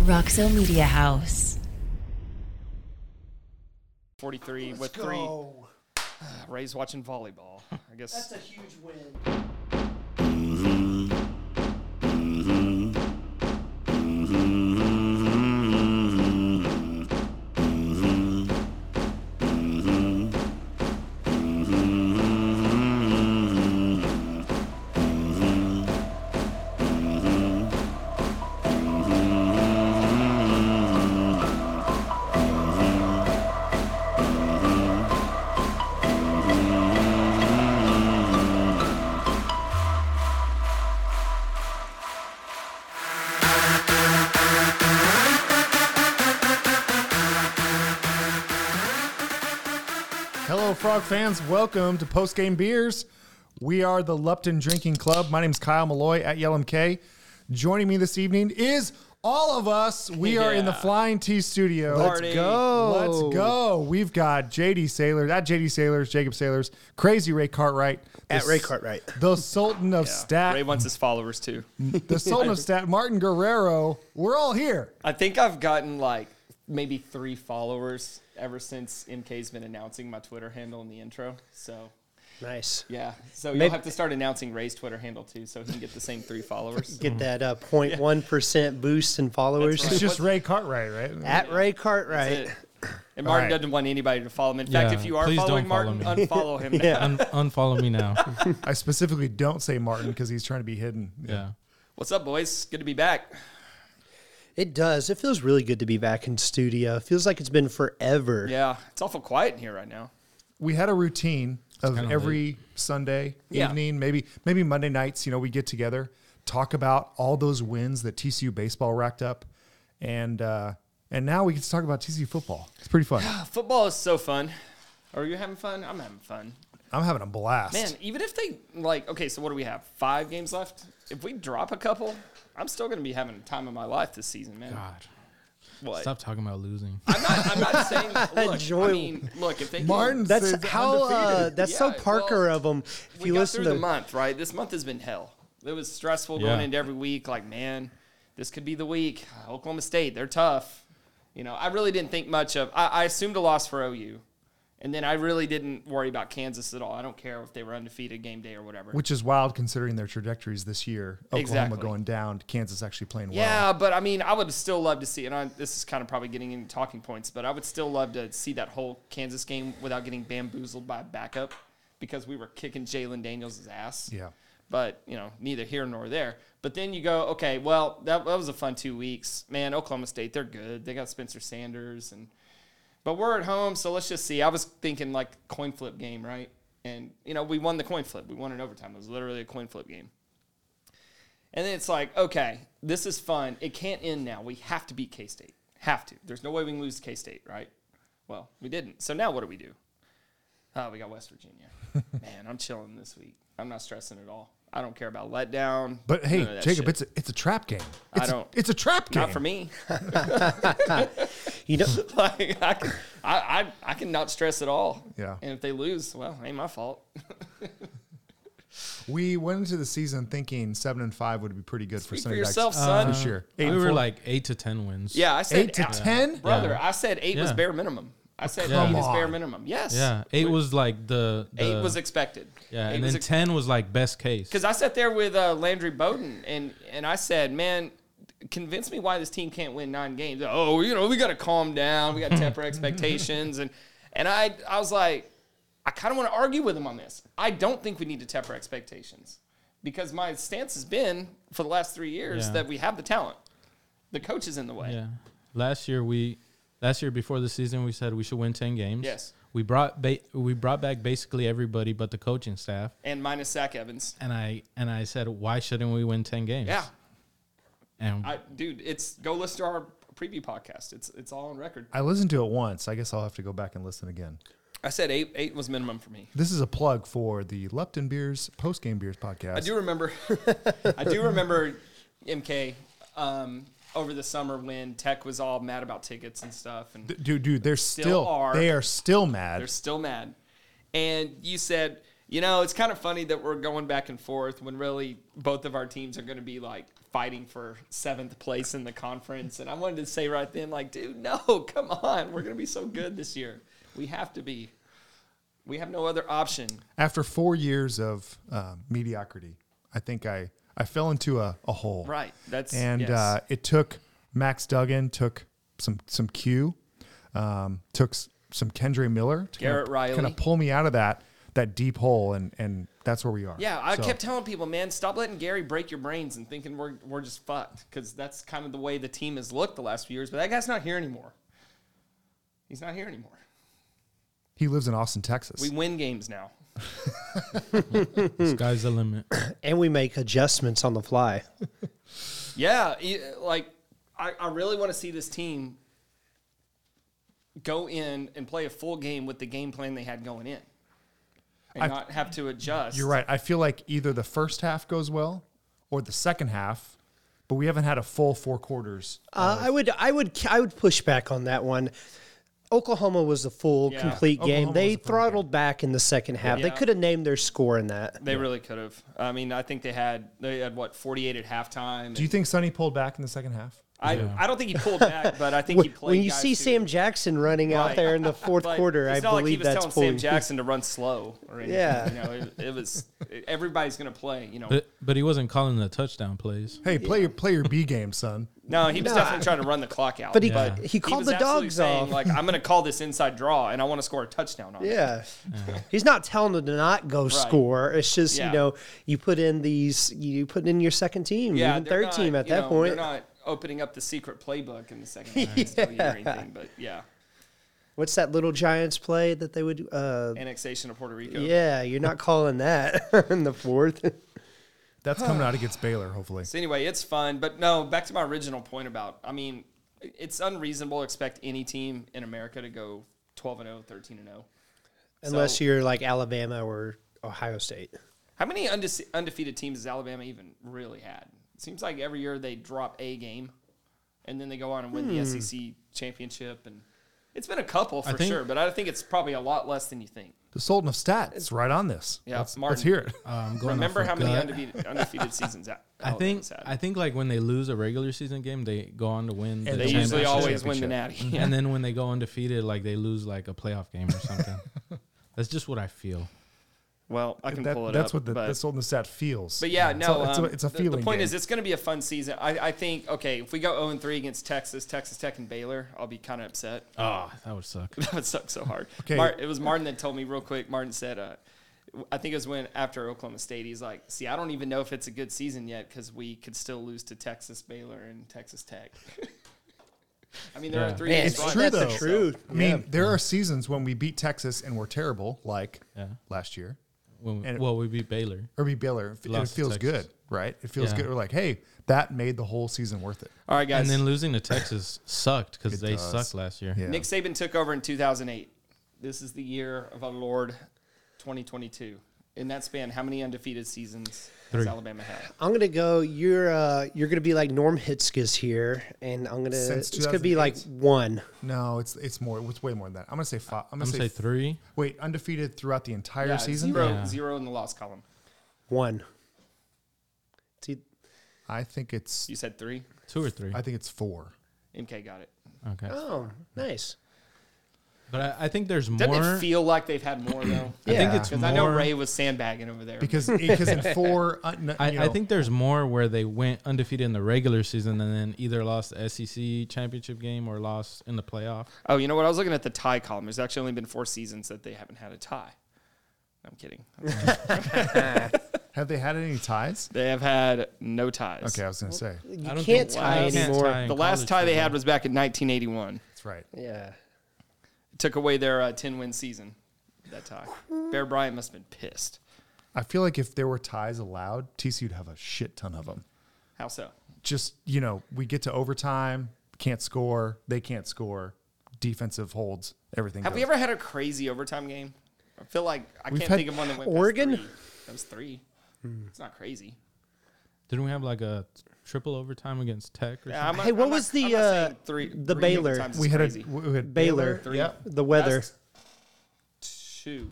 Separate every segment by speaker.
Speaker 1: Roxo Media House.
Speaker 2: 43 with
Speaker 3: go.
Speaker 2: three. Ray's watching volleyball. I guess
Speaker 3: That's a huge win.
Speaker 4: Hello, Frog fans. Welcome to Post Game Beers. We are the Lupton Drinking Club. My name is Kyle Malloy at Yellum K. Joining me this evening is all of us. We are in the
Speaker 2: Yeah.
Speaker 4: Flying T Studio.
Speaker 2: Party. go.
Speaker 4: Let's go. We've got JD Sailors, at JD Sailors, Jacob Sailors, Crazy Ray Cartwright, the
Speaker 3: At Ray
Speaker 4: s-
Speaker 3: Cartwright.
Speaker 4: the Sultan of
Speaker 2: yeah. Ray
Speaker 4: Stat,
Speaker 2: wants his followers too.
Speaker 4: the Sultan of Stat, Martin Guerrero. We're all here.
Speaker 2: I think I've gotten like maybe three followers ever since MK's been announcing my Twitter handle in the intro. So
Speaker 3: Nice.
Speaker 2: yeah, so you'll
Speaker 3: Maybe-
Speaker 2: have to start announcing Ray's Twitter handle too, so he can get the same three followers.
Speaker 3: Get that uh, 0.1% boost in followers.
Speaker 4: It's just Ray Cartwright, right?
Speaker 3: At Ray
Speaker 2: That's
Speaker 3: Cartwright.
Speaker 2: it. And Martin
Speaker 4: right.
Speaker 2: doesn't want anybody to follow him. In fact,
Speaker 5: Yeah,
Speaker 2: if you are
Speaker 5: please don't
Speaker 2: following
Speaker 5: follow
Speaker 2: Martin,
Speaker 5: me.
Speaker 2: unfollow him. now.
Speaker 3: Yeah.
Speaker 5: Un- unfollow me now.
Speaker 4: I specifically don't say Martin because he's trying to be hidden.
Speaker 5: Yeah.
Speaker 2: What's up, boys? Good to be back.
Speaker 3: It does. It feels really good to be back in studio. It feels like it's been forever.
Speaker 2: Yeah, it's awful quiet in here right now.
Speaker 4: we had a routine of
Speaker 5: kinda
Speaker 4: every Sunday
Speaker 2: Yeah.
Speaker 4: evening, maybe maybe Monday nights. You know, we get together, talk about all those wins that TCU baseball racked up, and uh, and now we get to talk about TCU football. It's pretty fun.
Speaker 2: Football is so fun. Are you having fun? I'm having fun.
Speaker 4: I'm having a blast.
Speaker 2: Man, even if they like, okay, so what do we have? Five games left. If we drop a couple, I'm still going to be having a time of my life this season, man.
Speaker 5: God.
Speaker 2: What?
Speaker 5: Stop talking about losing.
Speaker 2: I'm not. I'm not saying. Look, I
Speaker 3: Enjoy.
Speaker 2: mean, look. If they can-
Speaker 4: Martin,
Speaker 3: That's
Speaker 4: says
Speaker 3: how. Uh,
Speaker 4: undefeated.
Speaker 3: that's so
Speaker 2: Yeah,
Speaker 3: Parker
Speaker 2: well,
Speaker 3: of them. If
Speaker 2: we
Speaker 3: you
Speaker 2: got
Speaker 3: listen
Speaker 2: through
Speaker 3: to
Speaker 2: the month, right? This month has been hell. It was stressful
Speaker 5: Yeah.
Speaker 2: going into every week. Like, man, this could be the week. Oklahoma State, they're tough. You know, I really didn't think much of. I, I assumed a loss for OU, and then I really didn't worry about Kansas at all. I don't care if they were undefeated game day or whatever.
Speaker 4: which is wild considering their trajectories this year. Oklahoma
Speaker 2: Exactly.
Speaker 4: going down, Kansas actually playing well.
Speaker 2: Yeah, but I mean, I would still love to see, and I, this is kind of probably getting into talking points, but I would still love to see that whole Kansas game without getting bamboozled by a backup because we were kicking Jalen Daniels' ass.
Speaker 4: Yeah.
Speaker 2: But, you know, neither here nor there. But then you go, okay, well, that, that was a fun two weeks. Man, Oklahoma State, they're good. They got Spencer Sanders and but we're at home, so let's just see. I was thinking like coin flip game, right? And you know, we won the coin flip. We won in overtime. It was literally a coin flip game. And then it's like, okay, this is fun. It can't end now. We have to beat K State. Have to. There's no way we can lose K State, right? Well, we didn't. So now what do we do? Oh, we got West Virginia. Man, I'm chilling this week. I'm not stressing at all. I don't care about letdown.
Speaker 4: But hey,
Speaker 2: none of that
Speaker 4: Jacob,
Speaker 2: shit.
Speaker 4: it's a, it's a trap game.
Speaker 2: I
Speaker 4: It's a-
Speaker 2: don't-
Speaker 4: it's a trap game.
Speaker 2: not for me.
Speaker 3: you know,
Speaker 2: like I, can, I, I, I can not stress at all.
Speaker 4: Yeah.
Speaker 2: And if they lose, well, ain't my fault.
Speaker 4: We went into the season thinking seven and five would be pretty good for
Speaker 2: Speak for
Speaker 4: Sunday nights
Speaker 2: yourself, son.
Speaker 4: this year.
Speaker 5: Uh, we
Speaker 4: Eight and
Speaker 5: were
Speaker 4: four.
Speaker 5: like eight to ten wins.
Speaker 2: Yeah, I said
Speaker 4: eight to
Speaker 2: I-
Speaker 4: ten.
Speaker 2: brother.
Speaker 5: Yeah.
Speaker 2: I said eight was
Speaker 5: Yeah.
Speaker 2: bare minimum. I said
Speaker 5: Yeah.
Speaker 2: eight
Speaker 5: Come
Speaker 2: is bare
Speaker 4: on.
Speaker 2: minimum. Yes.
Speaker 5: Yeah. Eight was like the, the
Speaker 2: Eight was expected.
Speaker 5: yeah,
Speaker 2: Eight
Speaker 5: and
Speaker 2: was
Speaker 5: then
Speaker 2: ex-
Speaker 5: ten was like best case.
Speaker 2: Because I sat there with uh, Landry Bowden and and I said, man, convince me why this team can't win nine games. Oh, you know, we got to calm down. We got to temper expectations. And and I I was like, I kind of want to argue with him on this. I don't think we need to temper expectations because my stance has been for the last three years
Speaker 5: Yeah.
Speaker 2: that we have the talent. The coach is in the way.
Speaker 5: Yeah. Last year we, last year before the season we said we should win ten games.
Speaker 2: Yes.
Speaker 5: We brought ba- we brought back basically everybody but the coaching staff,
Speaker 2: And minus Zach Evans.
Speaker 5: and I and I said why shouldn't we win ten games?
Speaker 2: Yeah.
Speaker 5: And
Speaker 2: I, dude, it's go listen to our preview podcast. It's it's all on record.
Speaker 4: I listened to it once. I guess I'll have to go back and listen again.
Speaker 2: I said eight eight was minimum for me.
Speaker 4: This is a plug for the Lupton Beers Post Game Beers podcast.
Speaker 2: I do remember. I do remember MK um, over the summer when Tech was all mad about tickets and stuff, and
Speaker 4: dude, dude, they're still,
Speaker 2: are.
Speaker 4: they are still mad.
Speaker 2: they're still mad. And you said, you know, it's kind of funny that we're going back and forth when really both of our teams are going to be like fighting for seventh place in the conference. And I wanted to say right then, like, dude, no, come on. We're going to be so good this year. We have to be. We have no other option.
Speaker 4: After four years of uh, mediocrity, I think I, I fell into a, a hole.
Speaker 2: Right. That's
Speaker 4: and
Speaker 2: yes.
Speaker 4: uh, it took Max Duggan took some some Q, um, took s- some Kendra Miller to
Speaker 2: Garrett Riley.
Speaker 4: kind of pull me out of that that deep hole, and and that's where we are.
Speaker 2: Yeah, I
Speaker 4: So,
Speaker 2: kept telling people, man, stop letting Gary break your brains and thinking we're we're just fucked because that's kind of the way the team has looked the last few years. But that guy's not here anymore. He's not here anymore.
Speaker 4: he lives in Austin, Texas.
Speaker 2: We win games now.
Speaker 5: Sky's the limit.
Speaker 3: And we make adjustments on the fly.
Speaker 2: Yeah, e- like I, I really want to see this team go in and play a full game with the game plan they had going in, and
Speaker 4: I-
Speaker 2: not have to adjust.
Speaker 4: You're right. I feel like either the first half goes well, or the second half, but we haven't had a full four quarters.
Speaker 3: Uh, I would, I would, I would push back on that one. Oklahoma was a full,
Speaker 2: Yeah,
Speaker 3: complete
Speaker 4: Oklahoma
Speaker 3: game. They
Speaker 4: was a full
Speaker 3: throttled back in the second half.
Speaker 2: Yeah.
Speaker 3: They could have named their score in that.
Speaker 2: They really could have. I mean, I think they had they had what 48 at halftime.
Speaker 4: Do you think Sonny pulled back in the second half?
Speaker 2: I, I don't think he pulled back, but I think he
Speaker 3: When,
Speaker 2: played.
Speaker 3: when you
Speaker 2: guys
Speaker 3: see
Speaker 2: who-
Speaker 3: Sam Jackson running
Speaker 2: Right.
Speaker 3: out there in the fourth
Speaker 2: But
Speaker 3: quarter, I
Speaker 2: it's not like he
Speaker 3: believe
Speaker 2: was
Speaker 3: that's
Speaker 2: telling Sam
Speaker 3: pulling.
Speaker 2: Jackson to run slow or anything.
Speaker 3: Yeah.
Speaker 2: you know, it, it was everybody's going to play. You know,
Speaker 5: But, but he wasn't calling the touchdown plays.
Speaker 4: Hey, play your play your B game, son.
Speaker 2: no, he was
Speaker 3: No,
Speaker 2: definitely
Speaker 3: I-
Speaker 2: trying to run the clock out.
Speaker 3: But he,
Speaker 5: Yeah.
Speaker 3: he called
Speaker 2: was
Speaker 3: the
Speaker 2: absolutely
Speaker 3: dogs
Speaker 2: saying,
Speaker 3: off.
Speaker 2: Like I'm going to call this inside draw, and I want to score a touchdown on it.
Speaker 3: Yeah. He's not telling them to not go score. It's just,
Speaker 2: Yeah.
Speaker 3: you know, you put in these, you put in your second team, even
Speaker 2: they're
Speaker 3: third
Speaker 2: not,
Speaker 3: team at
Speaker 2: you
Speaker 3: that
Speaker 2: know,
Speaker 3: point.
Speaker 2: They're not opening up the secret playbook in the second half yeah. or anything. But yeah,
Speaker 3: What's that little Giants play that they would, uh,
Speaker 2: annexation of Puerto Rico.
Speaker 3: yeah, you're not calling that in the fourth.
Speaker 4: That's coming out against Baylor, hopefully.
Speaker 2: So anyway, it's fun, but no, back to my original point about I mean, it's unreasonable to expect any team in America to go 12 and 0, 13 and 0.
Speaker 3: Unless
Speaker 2: So-
Speaker 3: you're like Alabama or Ohio State.
Speaker 2: How many unde- undefeated teams has Alabama even really had? It seems like every year they drop a game and then they go on and
Speaker 4: Hmm.
Speaker 2: win the SEC championship and it's been a couple for
Speaker 5: think-
Speaker 2: sure, but I think it's probably a lot less than you think.
Speaker 4: The Sultan of Stats, right on this.
Speaker 2: Yeah,
Speaker 4: let's,
Speaker 2: Martin.
Speaker 4: let's hear it. Uh,
Speaker 5: Um, going
Speaker 2: Remember
Speaker 5: off
Speaker 2: how
Speaker 5: of
Speaker 2: many
Speaker 5: gut.
Speaker 2: undefeated, undefeated seasons that
Speaker 5: I think
Speaker 2: Alabama's had.
Speaker 5: I think like when they lose a regular season game, they go on to win. the
Speaker 4: And
Speaker 2: they usually
Speaker 5: championship.
Speaker 2: always win the natty. Yeah.
Speaker 5: And then when they go undefeated, like they lose like a playoff game or something. That's just what I feel.
Speaker 2: well, I can
Speaker 4: Mm-hmm. That-
Speaker 2: pull it
Speaker 4: that's
Speaker 2: up.
Speaker 4: what the,
Speaker 2: but-
Speaker 4: the Sultan of Stat feels.
Speaker 2: But yeah,
Speaker 4: It's
Speaker 2: no,
Speaker 4: a- it's a,
Speaker 2: um,
Speaker 4: it's a
Speaker 2: the-
Speaker 4: feeling.
Speaker 2: The, point
Speaker 4: game.
Speaker 2: is, it's going to be a fun season. I, I think. Okay, if we go zero and three against Texas, Texas Tech, and Baylor, I'll be kind of upset.
Speaker 5: Oh, that would suck.
Speaker 2: that would suck so hard.
Speaker 4: Okay.
Speaker 2: Mar- it was Martin that told me real quick. Martin said, uh, I think it was when after Oklahoma State, he's like, "See, I don't even know if it's a good season yet because we could still lose to Texas, Baylor, and Texas Tech." I mean, there
Speaker 5: Yeah.
Speaker 2: are three.
Speaker 3: Man,
Speaker 2: games
Speaker 4: It's
Speaker 2: left,
Speaker 4: true,
Speaker 3: that's
Speaker 4: though.
Speaker 3: the truth.
Speaker 4: I mean, there are seasons when we beat Texas and we're terrible, like
Speaker 5: Yeah.
Speaker 4: last year,
Speaker 5: When we,
Speaker 4: And-
Speaker 5: well, we beat Baylor.
Speaker 4: or we beat Baylor. It, it
Speaker 5: Lost to
Speaker 4: feels
Speaker 5: Texas.
Speaker 4: good, right? It feels
Speaker 5: Yeah.
Speaker 4: good. We're like, hey, that made the whole season worth it.
Speaker 2: All right, guys.
Speaker 5: And then losing to Texas sucked because they
Speaker 4: does.
Speaker 5: sucked last year.
Speaker 4: Yeah.
Speaker 2: Nick Saban took over in 2008. This is the year of our Lord 2022. In that span, how many undefeated seasons has
Speaker 5: Three.
Speaker 2: Alabama had?
Speaker 3: I'm gonna go. You're uh, you're gonna be like Norm Hitzkus here, and I'm gonna.
Speaker 4: Since
Speaker 3: It's gonna be like
Speaker 4: 2008.
Speaker 3: one.
Speaker 4: No, it's it's more. It's way more than that. I'm gonna say five. I'm
Speaker 5: I'm
Speaker 4: gonna
Speaker 5: gonna
Speaker 4: say,
Speaker 5: say three.
Speaker 4: wait undefeated throughout the entire
Speaker 2: Yeah,
Speaker 4: season.
Speaker 2: Zero,
Speaker 5: Yeah.
Speaker 2: zero in the loss column.
Speaker 3: One. See,
Speaker 4: I think it's
Speaker 2: You said three.
Speaker 5: Two or three.
Speaker 4: I think it's four.
Speaker 2: MK got it.
Speaker 5: okay.
Speaker 3: oh, nice.
Speaker 5: But I, I think there's
Speaker 2: Doesn't
Speaker 5: more.
Speaker 2: it feel like they've had more though?
Speaker 5: I think
Speaker 3: Yeah.
Speaker 5: it's
Speaker 2: Because I know
Speaker 5: more-
Speaker 2: Ray was sandbagging over there.
Speaker 4: Because because in four, uh, n-
Speaker 5: I,
Speaker 4: you
Speaker 5: I
Speaker 4: know,
Speaker 5: think there's more where they went undefeated in the regular season and then either lost the SEC championship game or lost in the playoff.
Speaker 2: oh, you know what? I was looking at the tie column. There's actually only been four seasons that they haven't had a tie. I'm kidding.
Speaker 4: have they had any ties?
Speaker 2: They have had no ties.
Speaker 4: Okay, I was gonna say
Speaker 3: You
Speaker 5: I don't
Speaker 3: can't
Speaker 5: think-
Speaker 3: tie
Speaker 5: you can't
Speaker 3: anymore.
Speaker 5: tie.
Speaker 2: The
Speaker 5: In
Speaker 2: last
Speaker 5: college
Speaker 2: tie they
Speaker 5: football.
Speaker 2: had was back in 1981.
Speaker 4: that's right.
Speaker 3: Yeah.
Speaker 2: It took away their uh, 10 win season. That tie. Bear Bryant must have been pissed.
Speaker 4: I feel like if there were ties allowed, TCU'd have a shit ton of them.
Speaker 2: How so?
Speaker 4: Just you know, we get to overtime, can't score, they can't score, defensive holds, everything.
Speaker 2: Have we
Speaker 4: goes.
Speaker 2: ever had a crazy overtime game? I feel like I
Speaker 4: We've
Speaker 2: can't
Speaker 4: had
Speaker 2: think of one that went past
Speaker 3: Oregon? Hmm.
Speaker 2: three. That was three. It's not crazy.
Speaker 5: Didn't we have like a triple overtime against Tech? Or
Speaker 2: Yeah, I'm not-
Speaker 3: Hey, what
Speaker 2: I'm not-
Speaker 3: was the,
Speaker 2: I'm not saying
Speaker 3: uh,
Speaker 2: three,
Speaker 3: the
Speaker 2: three
Speaker 3: Baylor?
Speaker 2: overtimes is
Speaker 4: We had
Speaker 2: crazy.
Speaker 4: a we had
Speaker 3: Baylor.
Speaker 2: Three.
Speaker 4: Yep.
Speaker 3: The weather.
Speaker 2: That's two,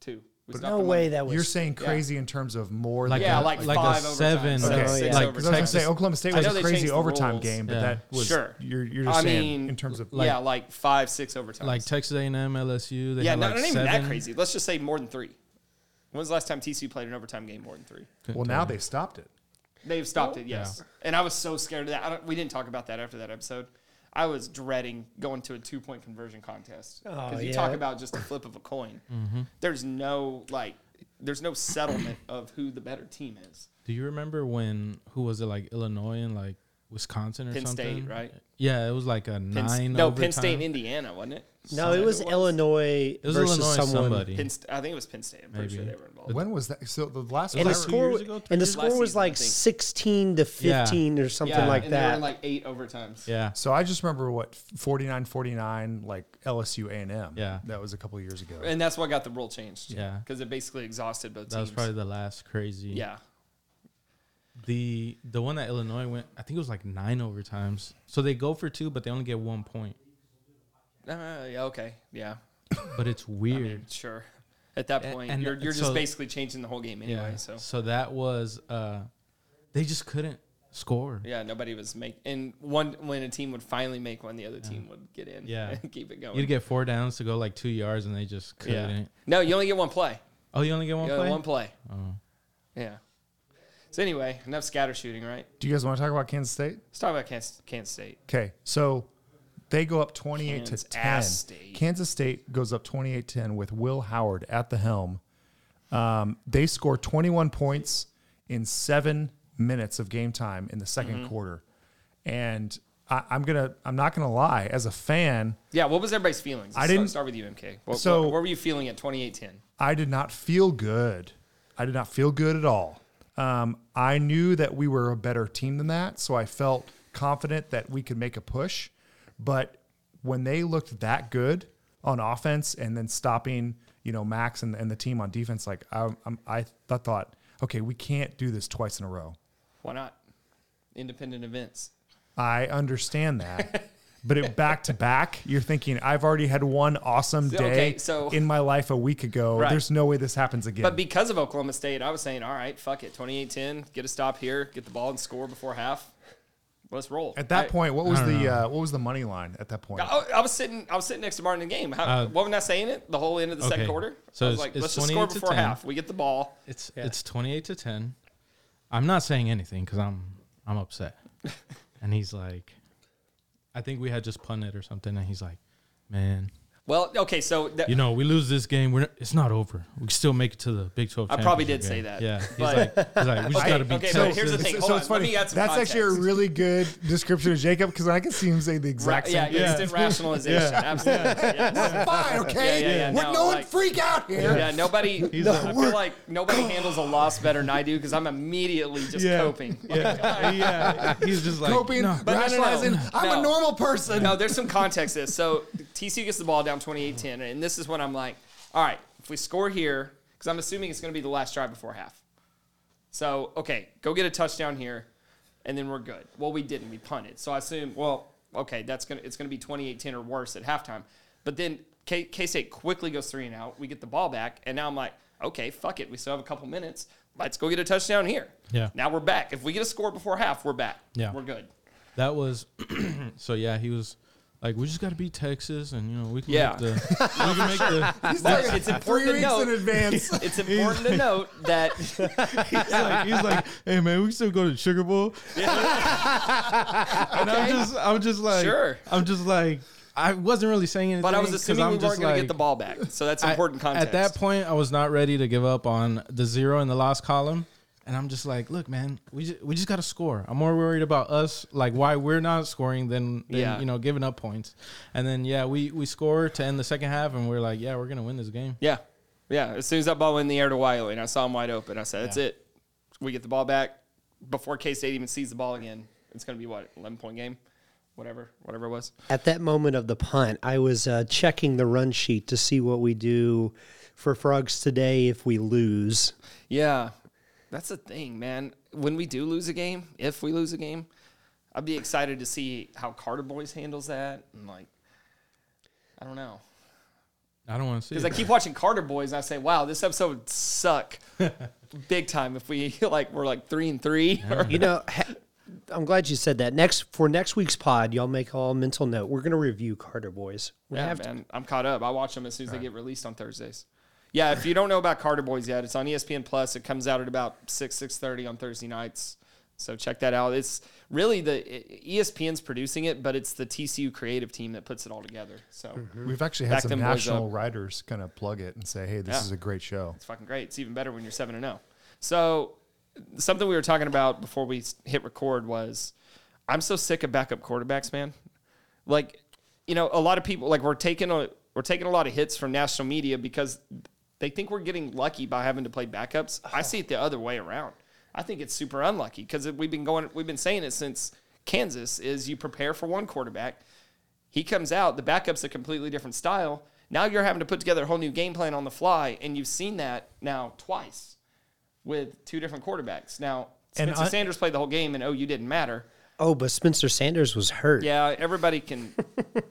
Speaker 2: two. We stopped
Speaker 3: No
Speaker 2: them
Speaker 3: way
Speaker 2: on-
Speaker 3: that was.
Speaker 4: You're saying crazy in terms of more.
Speaker 5: Like
Speaker 4: than
Speaker 2: Yeah,
Speaker 5: a,
Speaker 2: like
Speaker 5: like
Speaker 2: five
Speaker 5: a
Speaker 2: overtimes,
Speaker 5: seven,
Speaker 2: like
Speaker 5: like,
Speaker 3: six
Speaker 2: overtimes.
Speaker 4: Because
Speaker 5: like,
Speaker 4: I was
Speaker 5: Texas,
Speaker 4: gonna say Oklahoma State
Speaker 2: I
Speaker 4: was
Speaker 2: know
Speaker 4: a
Speaker 2: they
Speaker 4: crazy
Speaker 2: changed the
Speaker 4: overtime
Speaker 2: rules.
Speaker 4: game, but
Speaker 5: Yeah.
Speaker 4: that was
Speaker 2: Sure.
Speaker 4: You're, you're just
Speaker 2: I
Speaker 4: saying
Speaker 2: mean,
Speaker 4: in terms of
Speaker 5: like-
Speaker 2: yeah, like five, six overtimes.
Speaker 5: like Texas A&M, LSU. They
Speaker 2: yeah,
Speaker 5: had
Speaker 2: not,
Speaker 5: like
Speaker 2: not even
Speaker 5: seven.
Speaker 2: that crazy. Let's just say more than three. When's the last time TCU played an overtime game more than three?
Speaker 4: well now they stopped it.
Speaker 2: They've stopped it, yes. And I was so scared of that. I don't, we didn't talk about that after that episode. I was dreading going to a two point conversion contest because
Speaker 3: Oh,
Speaker 2: you
Speaker 3: yeah.
Speaker 2: talk about just a flip of a coin.
Speaker 5: Mm-hmm.
Speaker 2: There's no like, there's no settlement of who the better team is.
Speaker 5: Do you remember when who was it like Illinois and like Wisconsin or
Speaker 2: Penn State,
Speaker 5: something?
Speaker 2: right?
Speaker 5: Yeah, it was like a
Speaker 2: Penn,
Speaker 5: nine.
Speaker 2: no,
Speaker 5: overtime.
Speaker 2: Penn State, and Indiana, wasn't it?
Speaker 3: No, it was Illinois
Speaker 5: It was
Speaker 3: versus
Speaker 5: Illinois
Speaker 3: someone.
Speaker 5: somebody.
Speaker 2: Penn, St- I think it was Penn State. I'm pretty sure
Speaker 5: Maybe.
Speaker 2: they were involved.
Speaker 4: When was that? So the last
Speaker 5: It
Speaker 3: And the
Speaker 4: time
Speaker 5: was like two
Speaker 3: score,
Speaker 5: years ago, two
Speaker 3: and the
Speaker 5: years
Speaker 3: score
Speaker 2: ago? Last
Speaker 3: was like
Speaker 2: season, I think.
Speaker 3: sixteen to fifteen or something
Speaker 2: yeah,
Speaker 3: like
Speaker 2: and They were
Speaker 3: that.
Speaker 2: in like eight overtimes.
Speaker 5: Yeah.
Speaker 4: So I just remember what 49 49 like LSU A&M.
Speaker 5: Yeah.
Speaker 4: That was a couple years ago.
Speaker 2: And that's what got the rule changed.
Speaker 5: Yeah.
Speaker 2: Because it basically exhausted both
Speaker 5: That was
Speaker 2: teams.
Speaker 5: probably the last crazy.
Speaker 2: yeah.
Speaker 5: The the one that Illinois went, I think it was like nine overtimes. So they go for two, but they only get one point.
Speaker 2: Uh, yeah. Okay. Yeah.
Speaker 5: But it's weird.
Speaker 2: Sure. At that
Speaker 5: A-
Speaker 2: point,
Speaker 5: and
Speaker 2: you're, you're
Speaker 5: so-
Speaker 2: just basically changing the whole game anyway.
Speaker 5: yeah.
Speaker 2: So
Speaker 5: that was uh they just couldn't score.
Speaker 2: yeah, nobody was make and one when a team would finally make one, the other team would get in.
Speaker 5: Yeah.
Speaker 2: and keep it going.
Speaker 5: You'd get four downs to go like two yards and they just
Speaker 2: yeah.
Speaker 5: couldn't.
Speaker 2: No, you only get one play.
Speaker 5: Oh, you only get one
Speaker 2: You only
Speaker 5: play? Oh.
Speaker 2: One play. Yeah. So anyway, enough scatter shooting, right?
Speaker 4: Do you guys want to talk about Kansas State?
Speaker 2: Let's talk about Kansas, Kansas State.
Speaker 4: Okay. So they go up 28
Speaker 2: Kansas
Speaker 4: to 10.
Speaker 2: State.
Speaker 4: Kansas State goes up 28 10 with Will Howard at the helm. Um, they score 21 points in seven minutes of game time in the 2nd
Speaker 2: Mm-hmm.
Speaker 4: quarter. And I, I'm gonna I'm not gonna lie, as a fan,
Speaker 2: Yeah. What was everybody's feelings?
Speaker 4: I
Speaker 2: Let's
Speaker 4: didn't-
Speaker 2: start, start with you, MK. What,
Speaker 4: So-
Speaker 2: what, what were you feeling at 28-10?
Speaker 4: I did not feel good. I did not feel good at all. Um, I knew that we were a better team than that, so I felt confident that we could make a push. But when they looked that good on offense and then stopping, you know, Max and, and the team on defense, like I, I'm, I th- thought, okay, we can't do this twice in a row.
Speaker 2: Why not? Independent events.
Speaker 4: I understand that. But it back to back, you're thinking I've already had one awesome
Speaker 2: So,
Speaker 4: day
Speaker 2: okay, so-
Speaker 4: in my life a week ago.
Speaker 2: Right.
Speaker 4: There's no way this happens again.
Speaker 2: But because of Oklahoma State, I was saying, all right, fuck it, 28-10, get a stop here, get the ball and score before half. Let's roll.
Speaker 4: At that
Speaker 2: I- Oh,
Speaker 4: point, what was the uh, what was the money line at that point?
Speaker 2: I, I was sitting. I was sitting next to Martin in the game. How,
Speaker 5: Uh,
Speaker 2: what was I saying? It the whole end of the second
Speaker 5: okay.
Speaker 2: quarter.
Speaker 5: So
Speaker 2: I was
Speaker 5: it's-
Speaker 2: like,
Speaker 5: it's
Speaker 2: let's just score
Speaker 5: 28 to
Speaker 2: before
Speaker 5: 10.
Speaker 2: half. We get the ball.
Speaker 5: It's it's twenty eight to ten. I'm not saying anything because I'm I'm upset. and he's like, I think we had just punted or something. And he's like, man,
Speaker 2: Well, okay. So that,
Speaker 5: you know, we lose this game. We're it's not over. We still make it to the Big Twelve.
Speaker 2: I probably did say
Speaker 5: championship game."
Speaker 2: that,
Speaker 5: Yeah, he's
Speaker 2: but-
Speaker 5: like, he's like, we just
Speaker 2: Okay,
Speaker 5: gotta beat
Speaker 2: okay,
Speaker 5: Texas.
Speaker 2: but here's the thing.
Speaker 4: So-
Speaker 2: Hold
Speaker 4: so
Speaker 2: on,
Speaker 4: it's
Speaker 2: let
Speaker 4: funny.
Speaker 2: me add
Speaker 4: That's
Speaker 2: some
Speaker 4: actually a
Speaker 2: context.
Speaker 4: really good description of Jacob because I can see him say the
Speaker 2: ra-
Speaker 4: exact
Speaker 2: yeah,
Speaker 4: same thing.
Speaker 2: instant rationalization. Absolutely. yes.
Speaker 4: Fine, okay.
Speaker 2: Yeah, yeah, yeah,
Speaker 4: Would
Speaker 2: no,
Speaker 4: no, one
Speaker 2: like-
Speaker 4: freak out here?
Speaker 2: Yeah, nobody. I feel like nobody handles a loss better than I do because I'm immediately just
Speaker 5: Yeah.
Speaker 2: coping. Like,
Speaker 5: yeah, yeah, he's just like,
Speaker 4: Coping,
Speaker 5: no,
Speaker 2: But that's
Speaker 4: rationalizing.
Speaker 2: not-
Speaker 4: I'm
Speaker 2: no.
Speaker 4: a normal person.
Speaker 2: No, there's some context to this. So TCU gets the ball down 28-10, and this is when I'm like, all right, if we score here, because I'm assuming it's going to be the last drive before half. So, okay, go get a touchdown here, and then we're good. Well, we didn't. We punted. So I assume, well, okay, that's gonna it's going to be 28-10 or worse at halftime. But then K- K-State quickly goes three and out. We get the ball back, and now I'm like, okay, fuck it. We still have a couple minutes. Let's go get a touchdown here.
Speaker 5: Yeah.
Speaker 2: Now we're back. If we get a score before half, we're back.
Speaker 5: Yeah.
Speaker 2: We're good.
Speaker 5: that was. so yeah, he was like, we just gotta beat Texas, and you know, we can
Speaker 2: Yeah.
Speaker 5: make the, we can make the.
Speaker 4: He's like,
Speaker 2: It's important to
Speaker 4: three weeks
Speaker 2: note-
Speaker 4: in advance.
Speaker 2: It's important to note that
Speaker 5: He's like, he's like, hey man, we can still go to Sugar Bowl. and I'm just, I'm just like,
Speaker 2: Sure.
Speaker 5: I'm just like, I wasn't really saying anything,
Speaker 2: But I was
Speaker 5: 'cause
Speaker 2: assuming
Speaker 5: I'm
Speaker 2: we
Speaker 5: just
Speaker 2: weren't going to
Speaker 5: like-
Speaker 2: get the ball back. So that's
Speaker 5: I-
Speaker 2: important context.
Speaker 5: At that point, I was not ready to give up on the zero in the loss column. And I'm just like, look, man, we just, we just got to score. I'm more worried about us, like why we're not scoring than, than
Speaker 2: Yeah.
Speaker 5: you know giving up points. And then yeah, we we score to end the second half, and we're like, yeah, we're gonna win this game.
Speaker 2: Yeah. Yeah. As soon as that ball went in the air to Wiley and I saw him wide open, I said, that's it. We get the ball back before K State even sees the ball again. It's going to be what, 11 point game? Whatever, whatever it was.
Speaker 3: At that moment of the punt, I was uh, checking the run sheet to see what we do for frogs today if we lose.
Speaker 2: Yeah. That's the thing, man. When we do lose a game, if we lose a game, I'd be excited to see how Carter Boys handles that. And like, I don't know.
Speaker 5: I don't want to see.
Speaker 2: Because
Speaker 5: It.
Speaker 2: I keep watching Carter Boys and I say, wow, this episode would suck big time if we like were like three and three. or-
Speaker 3: You know, ha- I'm glad you said that. Next for next week's pod, y'all make all mental note. We're gonna review Carter Boys. We
Speaker 2: yeah,
Speaker 3: have to.
Speaker 2: man, I'm caught up. I watch them as soon as they get released on Thursdays. Yeah, if you don't know about Carter Boys yet, it's on E ESPN Plus. It comes out at about six six thirty on Thursday nights. So check that out. It's really the E ESPN's producing it, but it's the TCU creative team that puts it all together. So
Speaker 3: Mm-hmm.
Speaker 4: We've actually
Speaker 2: Back
Speaker 4: had
Speaker 2: them
Speaker 4: some
Speaker 2: boys
Speaker 4: national
Speaker 2: up.
Speaker 4: writers kind of plug it and say, hey, this
Speaker 2: Yeah.
Speaker 4: is a great show.
Speaker 2: It's fucking great. It's even better when you're seven and zero. So something we were talking about before we s- hit record was, I'm so sick of backup quarterbacks, man. Like, you know, a lot of people like we're taking a we're taking a lot of hits from national media because they think we're getting lucky by having to play backups. I
Speaker 4: Oh.
Speaker 2: see it the other way around. I think it's super unlucky because we've been going we've been saying it since Kansas is you prepare for one quarterback he comes out, the backup's a completely different style. Now you're having to put together a whole new game plan on the fly, and you've seen that now twice with two different quarterbacks. Now
Speaker 4: And
Speaker 2: Spencer
Speaker 4: I-
Speaker 2: Sanders played the whole game, and oh, you didn't matter.
Speaker 3: Oh, but Spencer Sanders was hurt.
Speaker 2: Yeah, everybody can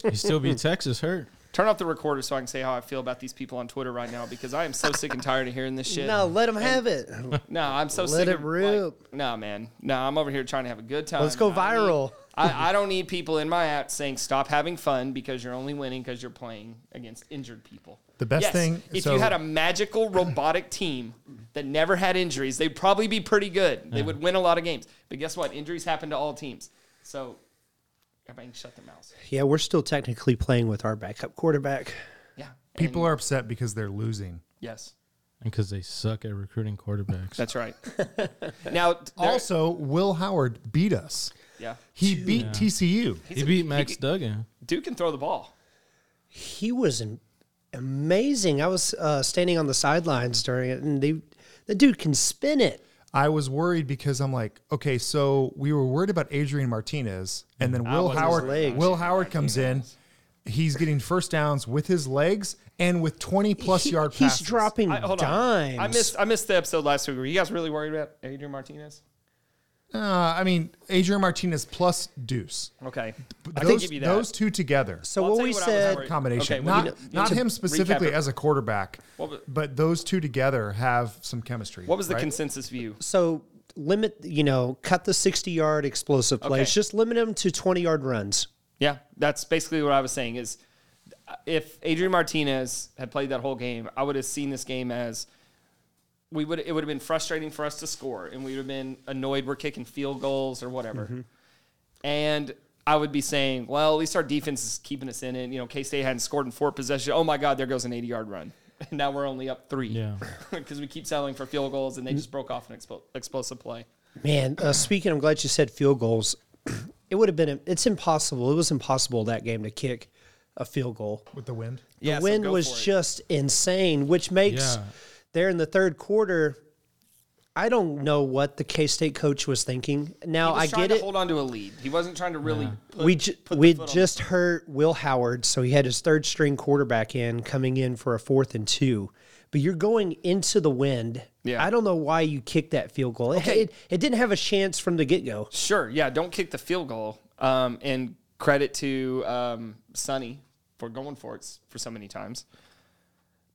Speaker 5: You still beat Texas hurt.
Speaker 2: turn off the recorder so I can say how I feel about these people on Twitter right now because I am so sick and tired of hearing this shit.
Speaker 3: No, let him have it.
Speaker 2: No, I'm so
Speaker 3: Let
Speaker 2: sick
Speaker 3: it
Speaker 2: of
Speaker 3: rip.
Speaker 2: Like, no, man. No, I'm over here trying to have a good time.
Speaker 3: Let's go
Speaker 2: I don't
Speaker 3: viral.
Speaker 2: need- I, I don't need people in my app saying stop having fun because you're only winning because you're playing against injured people.
Speaker 4: The best
Speaker 2: Yes,
Speaker 4: thing-
Speaker 2: if
Speaker 4: so-
Speaker 2: you had a magical robotic team that never had injuries, they'd probably be pretty good. They would win a lot of games. But guess what? Injuries happen to all teams. So everybody can shut their mouths.
Speaker 3: Yeah, we're still technically playing with our backup quarterback.
Speaker 2: Yeah.
Speaker 4: People
Speaker 2: And-
Speaker 4: are upset because they're losing.
Speaker 2: Yes.
Speaker 5: Because they suck at recruiting quarterbacks.
Speaker 2: That's right. now there-
Speaker 4: Also, Will Howard beat us.
Speaker 2: yeah.
Speaker 4: He beat TCU.
Speaker 5: he beat Max Duggan.
Speaker 2: Duke can throw the ball.
Speaker 3: He was am- amazing. I was uh, standing on the sidelines during it, and they, the dude can spin it.
Speaker 4: I was worried because I'm like, okay, so we were worried about Adrian Martinez, and then Will
Speaker 2: wasn't
Speaker 4: Howard.
Speaker 3: worried about
Speaker 4: Will Howard comes in. He's getting first downs with his legs and with 20 plus
Speaker 3: He-
Speaker 4: yard
Speaker 3: He's
Speaker 4: passes.
Speaker 3: dropping
Speaker 2: I, hold
Speaker 3: dimes.
Speaker 2: on. I missed I missed the episode last week. Were you guys really worried about Adrian Martinez?
Speaker 4: Uh, I mean, Adrian Martinez plus Deuce.
Speaker 2: Okay.
Speaker 4: Those,
Speaker 2: I can give you that.
Speaker 4: those two together.
Speaker 3: So
Speaker 2: I'll
Speaker 3: what
Speaker 2: tell
Speaker 3: we
Speaker 2: you what I was
Speaker 3: said,
Speaker 2: worried-
Speaker 4: combination.
Speaker 2: Okay, well,
Speaker 4: not
Speaker 2: you know-
Speaker 4: not
Speaker 2: to
Speaker 4: him
Speaker 2: recap
Speaker 4: specifically
Speaker 2: it-
Speaker 4: as a quarterback,
Speaker 2: What was-
Speaker 4: but those two together have some chemistry.
Speaker 2: What was the
Speaker 4: right?
Speaker 2: consensus view?
Speaker 3: so limit, you know, cut the sixty-yard explosive plays.
Speaker 2: Okay.
Speaker 3: Just limit them to twenty-yard runs.
Speaker 2: Yeah, that's basically what I was saying is if Adrian Martinez had played that whole game, I would have seen this game as we would it would have been frustrating for us to score and we would have been annoyed we're kicking field goals or whatever. And I would be saying, well, at least our defense is keeping us in it. You know, K State hadn't scored in four possessions. Oh my God, there goes an 80 yard run. And now we're only up three.
Speaker 5: Yeah.
Speaker 2: Because we keep selling for field goals and they just broke off an expo- explosive play.
Speaker 3: Man, uh, speaking, I'm glad you said field goals. It would have been. It's impossible. It was impossible that game to kick a field goal.
Speaker 4: with the wind?
Speaker 3: The wind was just insane, which makes
Speaker 5: Yeah.
Speaker 3: there in the third quarter. I don't know what the K State coach was thinking. Now
Speaker 2: He was
Speaker 3: I
Speaker 2: trying
Speaker 3: get
Speaker 2: to
Speaker 3: it.
Speaker 2: hold on to a lead. He wasn't trying to really. Put,
Speaker 3: we ju-
Speaker 2: put the
Speaker 3: we
Speaker 2: foot on the
Speaker 3: just hurt Will Howard, so he had his third string quarterback in coming in for a fourth and two. But you're going into the wind.
Speaker 2: Yeah.
Speaker 3: I don't know why you kicked that field goal. It- It, it didn't have a chance from the get go.
Speaker 2: Sure. Yeah. Don't kick the field goal. Um, and credit to um, Sonny for going for it for so many times.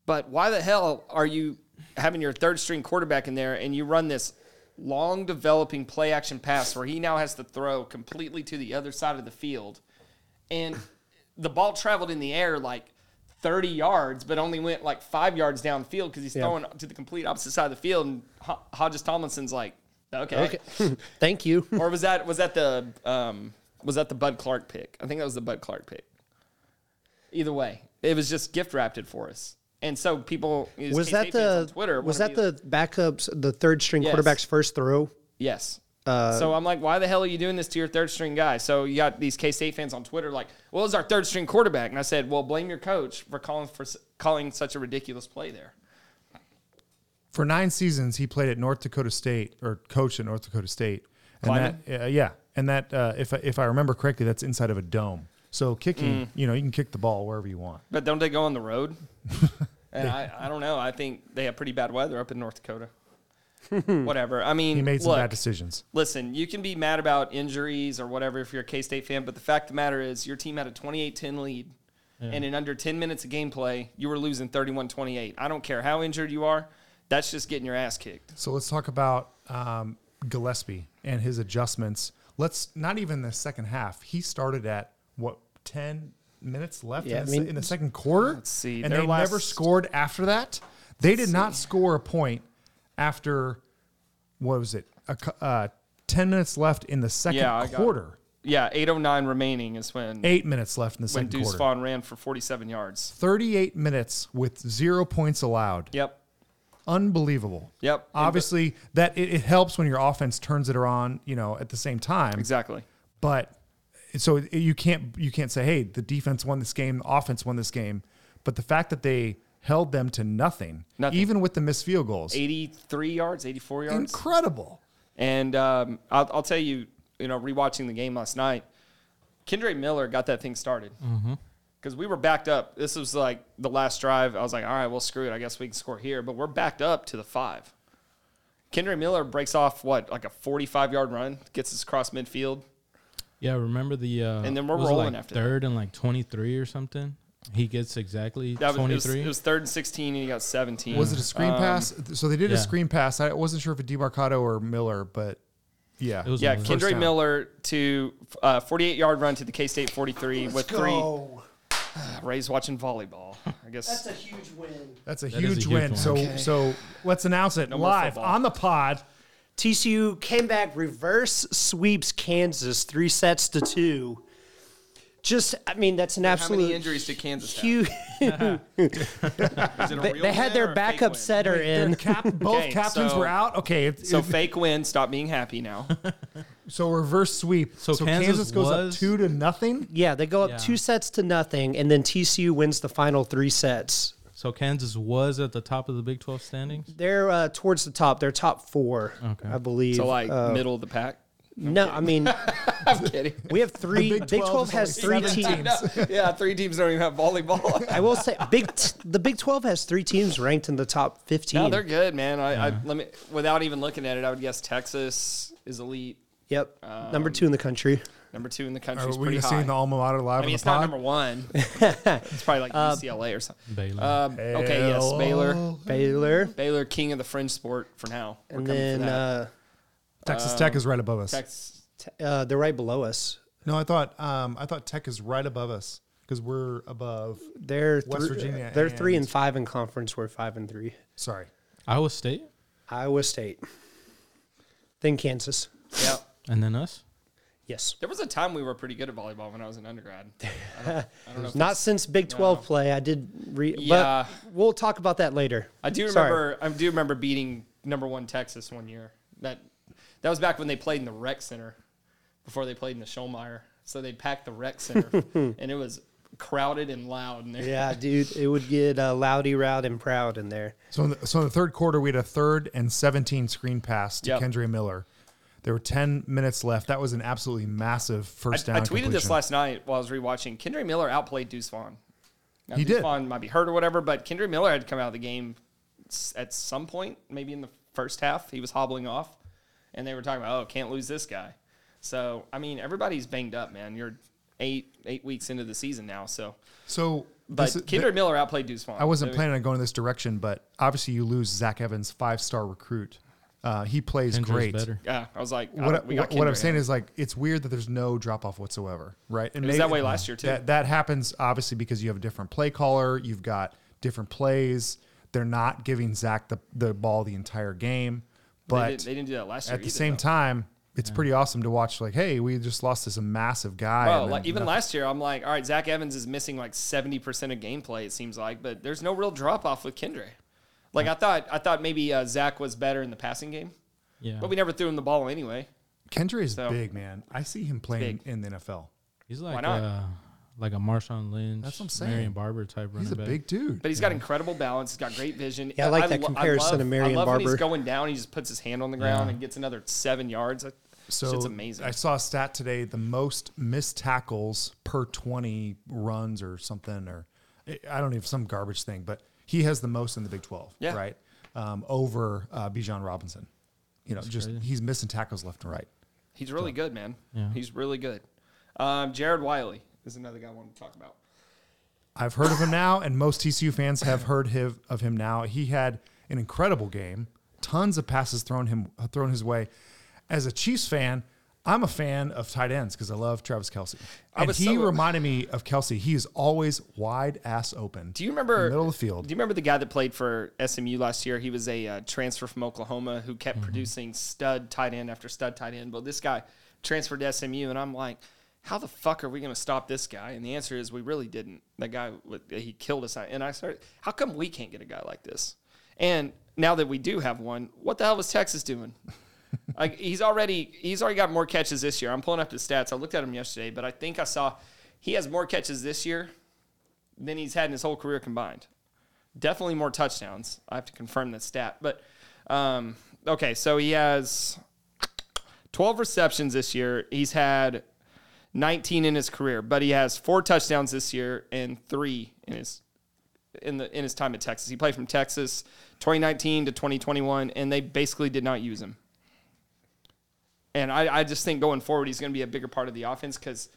Speaker 2: But why the hell are you having your third string quarterback in there and you run this long developing play action pass where he now has to throw completely to the other side of the field? And the ball traveled in the air like 30 yards, but only went like five yards downfield because he's throwing to the complete opposite side of the field. And Ho- Hodges Tomlinson's like,
Speaker 3: Okay. Thank you.
Speaker 2: or was that was that the um, was that the Bud Clark pick? I think that was the Bud Clark pick. Either way, it was just gift wrapped it for us, and so people it
Speaker 3: Was
Speaker 2: K-State
Speaker 3: that
Speaker 2: fans on
Speaker 3: the
Speaker 2: Twitter?
Speaker 3: was
Speaker 2: wanna
Speaker 3: that
Speaker 2: be-
Speaker 3: the backups the third string
Speaker 2: Yes.
Speaker 3: quarterback's first throw?
Speaker 2: yes?
Speaker 3: uh,
Speaker 2: so I'm like, why the hell are you doing this to your third string guy? So you got these K State fans on Twitter like, well, it's our third string quarterback, and I said, well, blame your coach for calling for s- calling such a ridiculous play there.
Speaker 4: For nine seasons, he played at North Dakota State or coached at North Dakota State. And
Speaker 2: Kleiman?
Speaker 4: that, uh, yeah, and that uh, if I- if I remember correctly, that's inside of a dome. So kicking, you know, you can kick the ball wherever you want.
Speaker 2: But don't they go on the road? and I, I don't know. I think they have pretty bad weather up in North Dakota. Whatever. I mean,
Speaker 4: He made some
Speaker 2: look,
Speaker 4: bad decisions.
Speaker 2: listen, you can be mad about injuries or whatever if you're a K State fan, but the fact of the matter is your team had a 28 10 lead and in under 10 minutes of gameplay, you were losing 31 28. I don't care how injured you are, that's just getting your ass kicked.
Speaker 4: So let's talk about um, Gillespie and his adjustments. Let's not even the second half. He started at what ten minutes left
Speaker 3: Yeah,
Speaker 4: in, the,
Speaker 3: I mean-
Speaker 4: se- in the second quarter.
Speaker 2: Let's see,
Speaker 4: and
Speaker 2: their
Speaker 4: they never
Speaker 2: last-
Speaker 4: scored after that. They did not score a point after what was it? A, cou- uh, ten minutes left in the second
Speaker 2: Yeah, I got it.
Speaker 4: quarter.
Speaker 2: Yeah, 809 remaining is when,
Speaker 4: Eight minutes left in the
Speaker 2: when
Speaker 4: second
Speaker 2: Deuce
Speaker 4: quarter.
Speaker 2: Vaughn ran for 47 yards.
Speaker 4: Thirty-eight minutes with zero points allowed.
Speaker 2: Yep.
Speaker 4: Unbelievable.
Speaker 2: Yep. And-
Speaker 4: Obviously, that it, it helps when your offense turns it around. You know, at the same time.
Speaker 2: Exactly.
Speaker 4: but so it- you can't you can't say hey the defense won this game the offense won this game but the fact that they held them to nothing,
Speaker 2: Nothing.
Speaker 4: even with the missed field goals
Speaker 2: 83 yards, 84 yards.
Speaker 4: incredible
Speaker 2: And um, I'll, I'll tell you, you know, rewatching the game last night, Kendra Miller got that thing started
Speaker 4: Mm-hmm.
Speaker 2: because we were backed up. This was like the last drive. I was like, all right, well, screw it. I guess we can score here. But we're backed up to the five. Kendra Miller breaks off what, like a 45 yard run, gets us across midfield.
Speaker 5: Yeah, remember the uh,
Speaker 2: And then we're
Speaker 5: was it,
Speaker 2: rolling
Speaker 5: like
Speaker 2: after that.
Speaker 5: third and like twenty three or something. He gets exactly
Speaker 2: That was, it,
Speaker 5: twenty
Speaker 2: was, it
Speaker 5: three.
Speaker 2: was third and 16, and he got 17.
Speaker 4: was it a screen pass so they did a
Speaker 5: Um, yeah.
Speaker 4: screen pass i wasn't sure if it demarcado or miller but yeah
Speaker 5: It was
Speaker 2: Yeah,
Speaker 5: Miller.
Speaker 2: Kendra
Speaker 4: down.
Speaker 2: Miller to uh, 48 yard run to the K State 43 with three. Ray's watching volleyball. I guess
Speaker 3: a huge win.
Speaker 4: that's a,
Speaker 5: is a
Speaker 4: huge,
Speaker 5: huge
Speaker 4: win
Speaker 5: one.
Speaker 4: so so let's announce it
Speaker 2: more
Speaker 4: live
Speaker 2: football.
Speaker 4: on the pod
Speaker 3: TCU came back, reverse sweeps Kansas three sets to two. Just, I mean, that's an
Speaker 2: how many
Speaker 3: absolute
Speaker 2: injuries did Kansas have?
Speaker 3: huge.
Speaker 2: Is it a real
Speaker 3: They had
Speaker 2: win or a
Speaker 3: their
Speaker 2: fake
Speaker 3: backup
Speaker 2: win?
Speaker 3: setter in.
Speaker 4: Cap, both
Speaker 2: Okay,
Speaker 4: captains
Speaker 2: so-
Speaker 4: were out okay it,
Speaker 2: So
Speaker 4: it-
Speaker 2: fake win. Stop being happy now.
Speaker 4: so reverse sweep so, kansas,
Speaker 5: Kansas
Speaker 4: goes
Speaker 5: was-
Speaker 4: up two to nothing
Speaker 3: Yeah, they go up
Speaker 5: Yeah.
Speaker 3: two sets to nothing, and then TCU wins the final three sets.
Speaker 5: So Kansas was at the top of the Big Twelve standings.
Speaker 3: They're uh, towards the top. They're top four,
Speaker 5: Okay.
Speaker 3: I believe.
Speaker 2: So like
Speaker 3: Uh,
Speaker 2: middle of the pack.
Speaker 3: no, I mean,
Speaker 2: I'm kidding.
Speaker 3: we have three.
Speaker 4: Big
Speaker 3: Big 12,
Speaker 4: 12 is
Speaker 3: has
Speaker 4: only
Speaker 3: three
Speaker 4: seven
Speaker 3: teams.
Speaker 2: yeah, three teams don't even have volleyball.
Speaker 3: I will say, Big t- the Big 12 has three teams ranked in the top 15.
Speaker 2: no, they're good, man. I, I let me without even looking at it, I would guess Texas is elite,
Speaker 3: yep,
Speaker 2: Um,
Speaker 3: number two in the country.
Speaker 2: number two in the
Speaker 4: are
Speaker 2: country. Is pretty
Speaker 4: we
Speaker 2: high.
Speaker 4: seeing the alma mater live
Speaker 2: I mean,
Speaker 4: on
Speaker 2: it's
Speaker 4: the
Speaker 2: not
Speaker 4: pod
Speaker 2: number one. it's probably like UCLA or something.
Speaker 5: Baylor.
Speaker 2: Um, okay, yes, Baylor.
Speaker 3: Baylor.
Speaker 2: Baylor, king of the fringe sport for now. We're
Speaker 3: And
Speaker 2: coming
Speaker 3: then
Speaker 2: for that.
Speaker 3: uh,
Speaker 4: Texas Tech is right above us.
Speaker 2: Texas.
Speaker 3: t- uh, they're right below us.
Speaker 4: No, I thought um, I thought Tech is right above us because we're above.
Speaker 3: They're
Speaker 4: West
Speaker 3: thr-
Speaker 4: Virginia
Speaker 3: They're three
Speaker 4: and-
Speaker 3: and five in conference. We're five and three.
Speaker 4: Sorry,
Speaker 5: Iowa State,
Speaker 3: Iowa State, then Kansas.
Speaker 2: Yeah.
Speaker 5: and then us.
Speaker 3: Yes.
Speaker 2: There was a time we were pretty good at volleyball when I was an undergrad. I don't, I don't know. if
Speaker 3: Not since Big 12 play. I did read,
Speaker 2: Yeah.
Speaker 3: but we'll talk about that later.
Speaker 2: I do
Speaker 3: Sorry.
Speaker 2: remember. I do remember beating number one Texas one year. That that was back when they played in the rec center before they played in the Schollmeyer. So they packed the rec center, and it was crowded and loud in there.
Speaker 3: Yeah, dude, it would get uh, loudy, route, and proud in there.
Speaker 4: so in the, so in the third quarter we had a third and seventeen screen pass to
Speaker 2: Yep.
Speaker 4: Kendra Miller. There were ten minutes left. That was an absolutely massive
Speaker 2: I,
Speaker 4: first down.
Speaker 2: I tweeted this
Speaker 4: completion.
Speaker 2: last night while I was rewatching. Kendra Miller outplayed Deuce Vaughn. Now,
Speaker 4: He
Speaker 2: Deuce
Speaker 4: did.
Speaker 2: Vaughn might be hurt or whatever, but Kendra Miller had come out of the game s- at some point, maybe in the first half. He was hobbling off, and they were talking about, oh, can't lose this guy. So, I mean, everybody's banged up, man. You're eight eight weeks into the season now, so.
Speaker 4: So,
Speaker 2: But
Speaker 4: this, is-
Speaker 2: Kendra Miller outplayed Deuce Vaughn.
Speaker 4: I wasn't
Speaker 2: So,
Speaker 4: planning on going this direction, but obviously you lose Zach Evans, five star recruit. Uh, he plays
Speaker 5: Kendra's
Speaker 4: great.
Speaker 5: better.
Speaker 2: Yeah, I was like, I
Speaker 4: What,
Speaker 2: don't- we got
Speaker 4: what, what I'm
Speaker 2: Kendra
Speaker 4: saying
Speaker 2: here.
Speaker 4: is like it's weird that there's no drop off whatsoever, right? And
Speaker 2: It was that way last year, too.
Speaker 4: That, that happens obviously because you have a different play caller, you've got different plays. They're not giving Zach the, the ball the entire game,
Speaker 2: they,
Speaker 4: but
Speaker 2: didn't, they didn't do that last year.
Speaker 4: at the
Speaker 2: either,
Speaker 4: same
Speaker 2: though.
Speaker 4: time, it's pretty awesome to watch. Like, hey, we just lost this massive guy.
Speaker 2: Bro,
Speaker 4: and
Speaker 2: like
Speaker 4: then
Speaker 2: even
Speaker 4: nothing.
Speaker 2: last year, I'm like, all right, Zach Evans is missing like 70 percent of gameplay. It seems like, but there's no real drop off with Kendra. Like I thought, I thought maybe uh, Zach was better in the passing game,
Speaker 5: Yeah,
Speaker 2: but we never threw him the ball anyway.
Speaker 4: Kendra is
Speaker 2: So-
Speaker 4: big, man. I see him playing
Speaker 2: big.
Speaker 4: in the NFL.
Speaker 5: he's like
Speaker 2: not?
Speaker 5: uh, like a Marshawn Lynch,
Speaker 4: That's what I'm saying.
Speaker 5: Marion Barber type running
Speaker 4: He's a
Speaker 5: back.
Speaker 4: big dude.
Speaker 2: But he's got incredible balance. He's got great vision.
Speaker 3: Yeah, I like that comparison
Speaker 2: love-
Speaker 3: to Marion
Speaker 2: I love when he's
Speaker 3: Barber.
Speaker 2: going down. He just puts his hand on the ground and gets another seven yards. That
Speaker 4: So
Speaker 2: shit's amazing.
Speaker 4: I saw a stat today: the most missed tackles per twenty runs or something, or I don't even some garbage thing. But he has the most in the Big Twelve,
Speaker 2: Yeah.
Speaker 4: right? Um, over uh, Bijan Robinson. You know, just he's missing tackles left and right.
Speaker 2: He's really good, man. He's really good. Um, Jared Wiley is another guy I want to talk about.
Speaker 4: I've heard of him now, and most TCU fans have heard hiv- of him now. He had an incredible game, tons of passes thrown him thrown his way. As a Chiefs fan, I'm a fan of tight ends because I love Travis Kelsey, and
Speaker 2: was
Speaker 4: he
Speaker 2: so-
Speaker 4: reminded me of Kelsey. He is always wide ass open.
Speaker 2: Do you remember
Speaker 4: middle of the field?
Speaker 2: Do you remember the guy that played for SMU last year? He was a uh, transfer from Oklahoma who
Speaker 4: Mm-hmm.
Speaker 2: kept producing stud tight end after stud tight end. But this guy transferred to SMU, and I'm like, how the fuck are we going to stop this guy? And the answer is we really didn't. That guy wa- he killed us. And I started, how come we can't get a guy like this? And now that we do have one, what the hell was Texas doing? like he's already he's already got more catches this year. I'm pulling up the stats. I looked at him yesterday, but I think I saw he has more catches this year than he's had in his whole career combined. Definitely more touchdowns. I have to confirm that stat. But um, okay, so he has 12 receptions this year. He's had 19 in his career, but he has four touchdowns this year and three in his in the in his time at Texas. He played from Texas 2019 to 2021, and they basically did not use him. And I, I just think going forward, he's going to be a bigger part of the offense because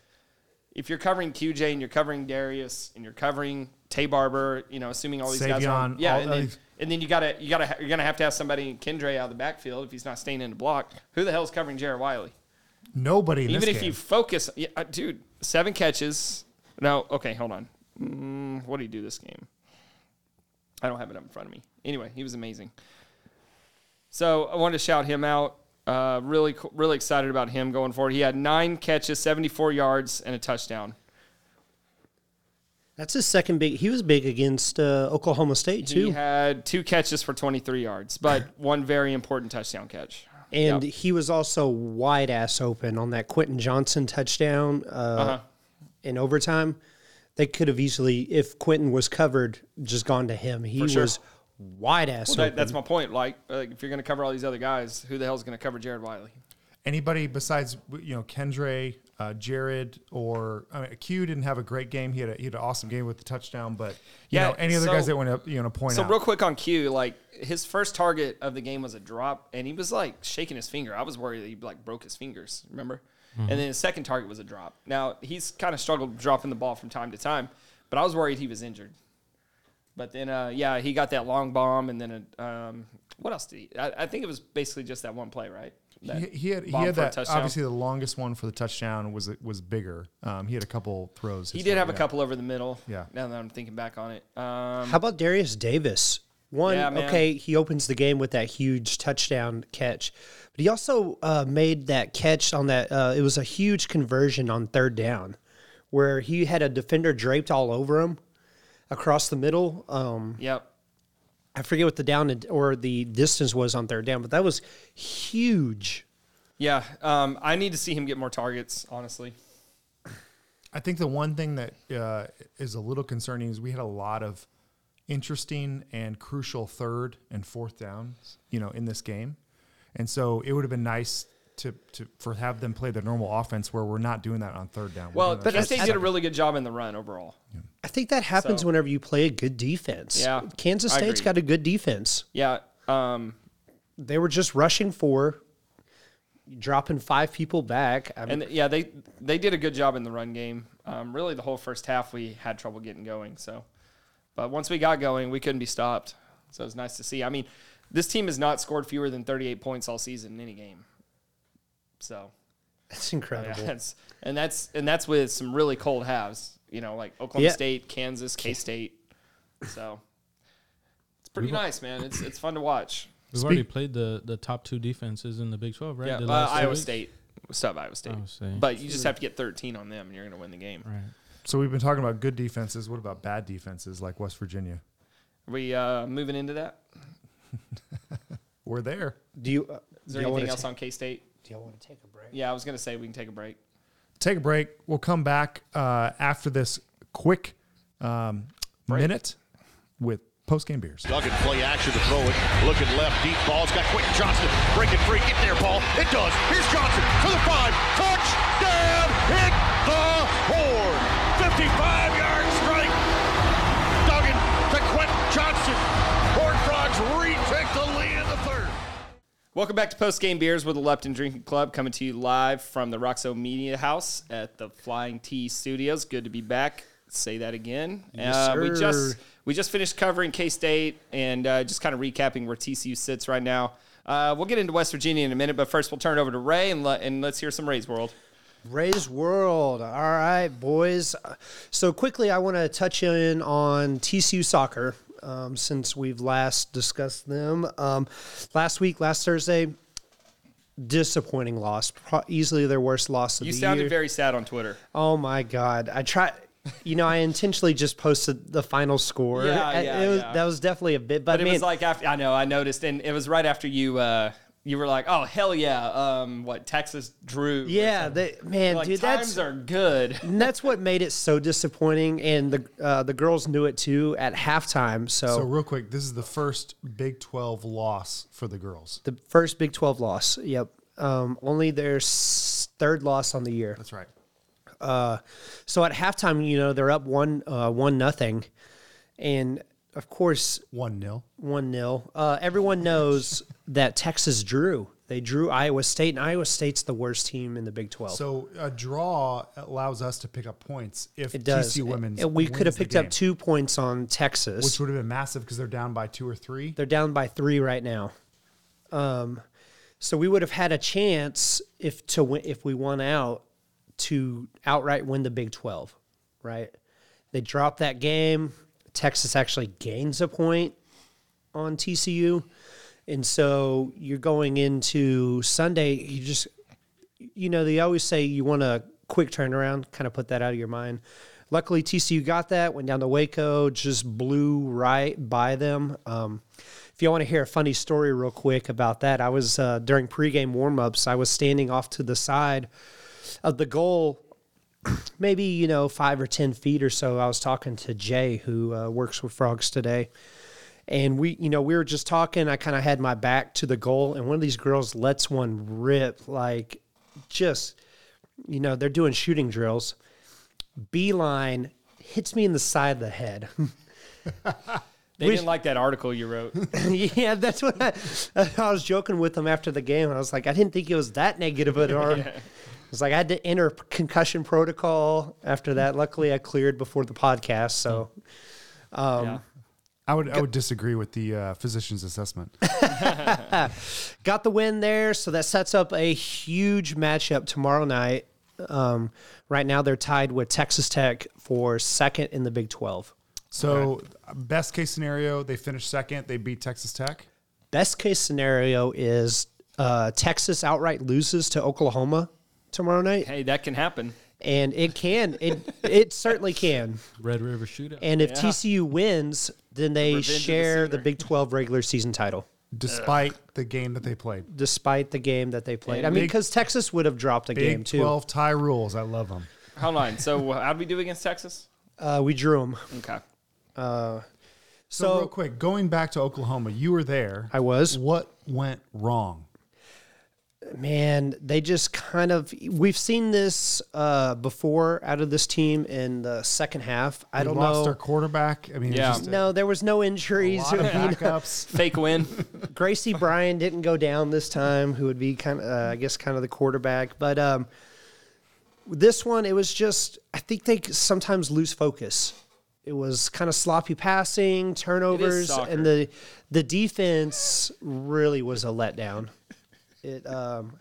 Speaker 2: if you're covering QJ and you're covering Darius and you're covering Tay Barber, you know, assuming all these guys are on,
Speaker 4: Savion,
Speaker 2: yeah,
Speaker 4: all-
Speaker 2: and then,
Speaker 4: uh,
Speaker 2: and then you gotta you gotta you're gonna have to have somebody in Kendra out of the backfield if he's not staying in the block. Who the hell's covering Jared Wiley?
Speaker 4: Nobody in
Speaker 2: Even
Speaker 4: this
Speaker 2: if
Speaker 4: game.
Speaker 2: you focus, yeah, uh, dude, seven catches. No, okay, hold on. Mm, what did he do this game? I don't have it up in front of me. Anyway, he was amazing. So I wanted to shout him out. Uh, really, co- really excited about him going forward. He had nine catches, seventy-four yards, and a touchdown.
Speaker 3: That's his second big. He was big against uh, Oklahoma State
Speaker 2: He
Speaker 3: too,
Speaker 2: had two catches for twenty-three yards, but one very important touchdown catch.
Speaker 3: and
Speaker 2: Yep.
Speaker 3: he was also wide ass open on that Quentin Johnson touchdown uh,
Speaker 2: Uh-huh.
Speaker 3: in overtime. They could have easily, if Quentin was covered, just gone to him. He
Speaker 2: sure.
Speaker 3: was wide ass
Speaker 2: That-
Speaker 3: open.
Speaker 2: that's my point. Like, like, if you're going to cover all these other guys, who the hell's going to cover Jared Wiley?
Speaker 4: anybody besides you know Kendra, uh, Jared, or I mean, Q didn't have a great game. He had a, he had an awesome game with the touchdown, but you
Speaker 2: Yeah,
Speaker 4: know any other
Speaker 2: so-
Speaker 4: guys that want to you know point
Speaker 2: So
Speaker 4: out.
Speaker 2: real quick on Q, like his first target of the game was a drop, and he was like shaking his finger. I was worried that he like broke his fingers. Remember?
Speaker 4: Mm-hmm.
Speaker 2: And then his second target was a drop. Now he's kind of struggled dropping the ball from time to time, but I was worried he was injured. But then, uh, yeah, he got that long bomb, and then a, um, what else did he? I, I think it was basically just that one play, right? That
Speaker 4: he, he had he
Speaker 2: bomb
Speaker 4: had
Speaker 2: for a
Speaker 4: that
Speaker 2: touchdown.
Speaker 4: obviously the longest one for the touchdown was was bigger. Um, he had a couple throws.
Speaker 2: He
Speaker 4: his
Speaker 2: did
Speaker 4: way,
Speaker 2: have a
Speaker 4: yeah.
Speaker 2: couple over the middle.
Speaker 4: Yeah.
Speaker 2: Now that I'm thinking back on it, um,
Speaker 3: How about Darius Davis? One,
Speaker 2: Yeah, man.
Speaker 3: okay, he opens the game with that huge touchdown catch, but he also uh, made that catch on that. Uh, it was a huge conversion on third down, where he had a defender draped all over him across the middle. Um,
Speaker 2: yep.
Speaker 3: I forget what the down and- or the distance was on third down, but that was huge.
Speaker 2: Yeah, um, I need to see him get more targets, honestly.
Speaker 4: I think the one thing that uh, is a little concerning is we had a lot of interesting and crucial third and fourth downs, you know, in this game, and so it would have been nice to to for have them play their normal offense where we're not doing that on third down. We're
Speaker 2: Well,
Speaker 4: doing that
Speaker 2: Penn
Speaker 4: on
Speaker 2: State
Speaker 4: second.
Speaker 2: did a really good job in the run overall.
Speaker 3: I think that happens
Speaker 2: So-
Speaker 3: whenever you play a good defense.
Speaker 2: Yeah,
Speaker 3: Kansas
Speaker 2: I
Speaker 3: State's
Speaker 2: agree.
Speaker 3: got a good defense.
Speaker 2: Yeah, um,
Speaker 3: They were just rushing four, dropping five people back. I mean,
Speaker 2: and yeah, they they did a good job in the run game. Um, really, the whole first half we had trouble getting going. So, but once we got going, we couldn't be stopped. So it was nice to see. I mean, this team has not scored fewer than 38 points all season in any game. So
Speaker 3: That's incredible.
Speaker 2: that's and that's and that's with some really cold halves. You know, like Oklahoma
Speaker 3: Yeah.
Speaker 2: State, Kansas, K State. So it's pretty nice, man. It's it's fun to watch.
Speaker 5: We've already played the, the top two defenses in the Big 12, right?
Speaker 2: Yeah,
Speaker 5: The
Speaker 2: uh,
Speaker 5: last two
Speaker 2: Iowa
Speaker 5: weeks?
Speaker 2: State. Sub Iowa State.
Speaker 5: Iowa State.
Speaker 2: But you just have to get 13 on them and you're going to win the game.
Speaker 5: Right.
Speaker 4: So we've been talking about good defenses. What about bad defenses like West Virginia?
Speaker 2: Are we uh, moving into that?
Speaker 4: We're there.
Speaker 3: Do you? Uh,
Speaker 2: Is there
Speaker 3: do y'all wanna
Speaker 2: anything else
Speaker 3: ta-
Speaker 2: on K State?
Speaker 3: Do y'all want to take a break?
Speaker 2: Yeah, I was going to say we can take a break.
Speaker 4: Take a break. We'll come back uh, after this quick um, minute with post game beers.
Speaker 6: Duggan play action to throw it. Looking left, deep ball. It's got Quentin Johnson breaking free. Get there, Paul. It does. Here's Johnson to the five. Touchdown! Hit the horn. 55-yard strike. Duggan to Quentin Johnson. Horn Frogs retake the lead in the third.
Speaker 2: Welcome back to Post Game Beers with the Lepton Drinking Club, coming to you live from the Roxo Media House at the Flying T Studios. Good to be back. say that again.
Speaker 3: Yes,
Speaker 2: uh, We
Speaker 3: sir.
Speaker 2: just we just finished covering K State and uh, just kind of recapping where TCU sits right now. Uh, we'll get into West Virginia in a minute, but first we'll turn it over to Ray and, let and let's hear some Ray's world.
Speaker 3: Ray's World. All right, boys. Uh, So quickly, I want to touch in on TCU soccer um, since we've last discussed them. Um, last week, last Thursday, disappointing loss. Pro- easily their worst loss of
Speaker 2: You
Speaker 3: the
Speaker 2: sounded
Speaker 3: year.
Speaker 2: very sad on Twitter.
Speaker 3: oh my god! I try. You know, I intentionally just posted the final score.
Speaker 2: Yeah,
Speaker 3: I-
Speaker 2: yeah,
Speaker 3: it was,
Speaker 2: yeah.
Speaker 3: That was definitely a bit, but,
Speaker 2: But
Speaker 3: I
Speaker 2: it
Speaker 3: mean,
Speaker 2: was like after I know I noticed, and it was right after you uh, you were like, "Oh hell yeah!" Um, what Texas drew? or
Speaker 3: yeah,
Speaker 2: something.
Speaker 3: they, man,
Speaker 2: like
Speaker 3: dude,
Speaker 2: times
Speaker 3: that's
Speaker 2: are good.
Speaker 3: and that's what made it so disappointing. And the uh, the girls knew it too at halftime.
Speaker 4: So real quick, this is the first Big 12 loss for the girls.
Speaker 3: The first Big 12 loss. Yep. Um, only their s- third loss on the year. Uh,
Speaker 4: That's right.
Speaker 3: So at halftime, you know, they're up one uh, one nothing, and of course
Speaker 4: One 0
Speaker 3: one 0 uh, Everyone knows that Texas drew. They drew Iowa State, and Iowa State's the worst team in the Big 12.
Speaker 4: So a draw allows us to pick up points if
Speaker 3: it does.
Speaker 4: TCU women's
Speaker 3: And we
Speaker 4: wins
Speaker 3: could have
Speaker 4: the
Speaker 3: picked
Speaker 4: game,
Speaker 3: up two points on Texas.
Speaker 4: which would have been massive because they're down by two or three.
Speaker 3: They're down by three right now. Um, so we would have had a chance if to win, if we won out to outright win the Big Twelve, right? They drop that game. Texas actually gains a point on TCU, and so you're going into Sunday. You just you know, they always say you want a quick turnaround, kind of put that out of your mind. Luckily, TCU got that, went down to Waco, just blew right by them. Um, if you want to hear a funny story real quick about that, I was uh, during pregame warmups, I was standing off to the side of the goal, maybe, you know, five or 10 feet or so. I was talking to Jay, who uh, works with Frogs today and we you know we were just talking i kind of had my back to the goal and one of these girls lets one rip like just you know they're doing shooting drills beeline hits me in the side of the head
Speaker 2: They didn't like that article you wrote.
Speaker 3: yeah that's what I, I was joking with them after the game i was like i didn't think it was that negative at all It's like I had to enter concussion protocol after that. Luckily, I cleared before the podcast, so
Speaker 2: yeah.
Speaker 4: I would I would disagree with the uh, physician's assessment.
Speaker 3: got the win there, so that sets up a huge matchup tomorrow night. Um, right now, they're tied with Texas Tech for second in the Big Twelve.
Speaker 4: So best case scenario, they finish second. They beat Texas Tech.
Speaker 3: Best case scenario is uh, Texas outright loses to Oklahoma tomorrow night,
Speaker 2: Hey, that can happen.
Speaker 3: and it can it it certainly can.
Speaker 5: Red River Shootout.
Speaker 3: And if TCU wins, then they
Speaker 2: Revenge of the
Speaker 3: share the
Speaker 2: Sooner.
Speaker 3: Big Twelve regular season title.
Speaker 4: Despite the game that they played,
Speaker 3: Despite the game that they played, I mean,
Speaker 4: Big-
Speaker 3: because Texas would have dropped a game
Speaker 4: Big
Speaker 3: too.
Speaker 4: Twelve tie rules. I love them.
Speaker 2: Hold on. So how would we do against Texas?
Speaker 3: Uh, we drew them,
Speaker 2: Okay.
Speaker 4: So,
Speaker 3: so
Speaker 4: real quick, going back to Oklahoma, you were there.
Speaker 3: I was.
Speaker 4: What went wrong?
Speaker 3: man, they just kind of we've seen this uh, before out of this team in the second half. I
Speaker 4: We
Speaker 3: don't
Speaker 4: lost
Speaker 3: know.
Speaker 4: our quarterback. I mean,
Speaker 2: Yeah.
Speaker 4: yeah. just a,
Speaker 3: no, there was no
Speaker 4: a
Speaker 3: injuries.
Speaker 4: lot of
Speaker 3: You know,
Speaker 4: backups.
Speaker 2: Fake win.
Speaker 3: Gracie Bryan didn't go down this time, who would be kind of, uh, I guess, kind of the quarterback. But um, this one, it was just, I think they sometimes lose focus. It was kind of sloppy passing, turnovers,
Speaker 2: soccer.
Speaker 3: and the the defense really was a letdown. It um,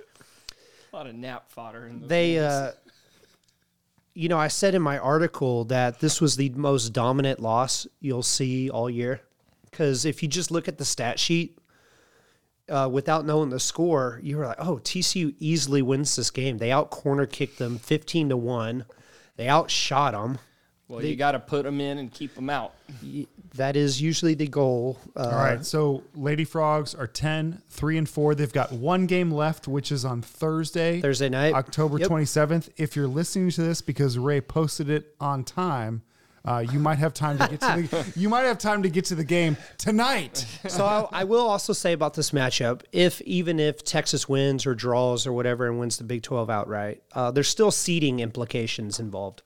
Speaker 2: a lot of nap fodder. In those
Speaker 3: they
Speaker 2: games.
Speaker 3: uh you know i said in my article that this was the most dominant loss you'll see all year because if you just look at the stat sheet uh, without knowing the score you were like oh tcu easily wins this game they out corner kicked them 15 to 1 they outshot them
Speaker 2: well, you got to put them in and keep them out.
Speaker 3: that is usually the goal uh,
Speaker 4: All right. So Lady Frogs are 10, 3 and 4. They've got one game left, which is on Thursday.
Speaker 3: Thursday night.
Speaker 4: October
Speaker 3: Yep.
Speaker 4: 27th. If you're listening to this because Ray posted it on time, uh, you might have time to get to the you might have time to get to the game tonight.
Speaker 3: so
Speaker 2: Uh-huh.
Speaker 3: I, I will also say about this matchup if even if texas wins or draws or whatever and wins the big 12 outright uh, there's still seeding implications involved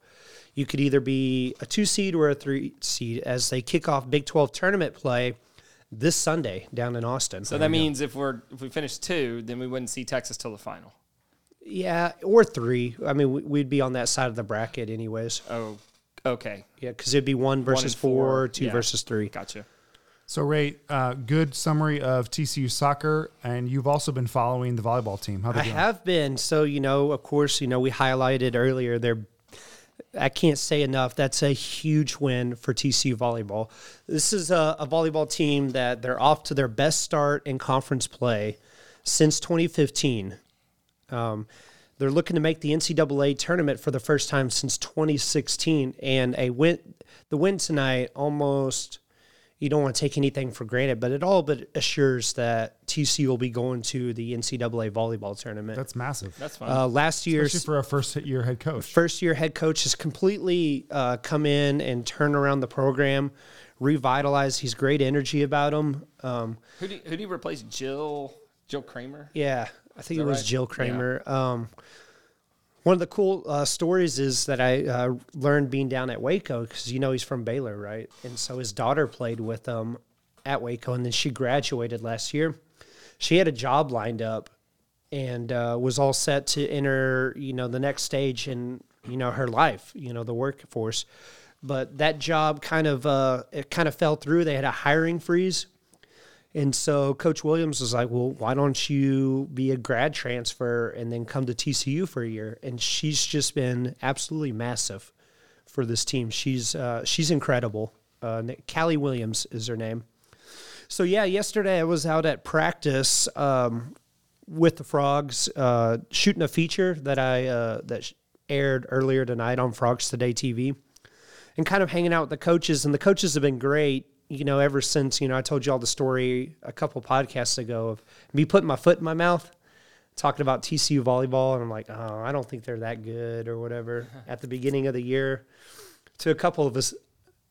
Speaker 3: you could either be a two seed or a three seed as they kick off big 12 tournament play this sunday down in austin
Speaker 2: So that means if we're if we finish two, then we wouldn't see Texas till the final.
Speaker 3: yeah or three i mean we- we'd be on that side of the bracket anyways
Speaker 2: Oh, Okay,
Speaker 3: Yeah, because it'd be one versus
Speaker 2: and
Speaker 3: four,
Speaker 2: four,
Speaker 3: two
Speaker 2: yeah.
Speaker 3: versus three.
Speaker 2: gotcha.
Speaker 4: So, Ray, uh, good summary of TCU soccer, and you've also been following the volleyball team. How they
Speaker 3: I
Speaker 4: doing?
Speaker 3: have been. So, you know, of course, you know, we highlighted earlier They're I can't say enough. That's a huge win for TCU volleyball. This is a, a volleyball team that they're off to their best start in conference play since 2015. Um, they're looking to make the NCAA tournament for the first time since 2016, and a win. The win tonight almost. You don't want to take anything for granted, but it all but assures that TCU will be going to the NCAA volleyball tournament.
Speaker 4: That's massive.
Speaker 2: That's fine.
Speaker 3: uh, last year's
Speaker 4: Especially for a first year head coach.
Speaker 3: first year head coach has completely uh, come in and turned around the program, revitalized. He's great energy about him. Um,
Speaker 2: who do you, who do you replace? Jill Jill Kramer.
Speaker 3: yeah, I think it
Speaker 2: that
Speaker 3: was
Speaker 2: right?
Speaker 3: Jill Kramer. Um, one of the cool uh, stories is that I uh, learned being down at Waco because you know he's from Baylor, right? And so his daughter played with him at Waco, and then she graduated last year. She had a job lined up and uh, was all set to enter, you know, the next stage in you know her life, you know, the workforce. But that job kind of uh, it kind of fell through. They had a hiring freeze. And so Coach Williams was like, "Well, why don't you be a grad transfer and then come to TCU for a year?" And she's just been absolutely massive for this team. She's uh, she's incredible. Uh, Na- Callie Williams is her name. So yeah, yesterday I was out at practice um, with the Frogs, uh, shooting a feature that I uh, that sh- aired earlier tonight on Frogs Today TV and kind of hanging out with the coaches. And the coaches have been great, you know, ever since, you know, I told you all the story a couple podcasts ago of me putting my foot in my mouth talking about TCU volleyball. And I'm like, oh, I don't think they're that good or whatever at the beginning of the year to a couple of us,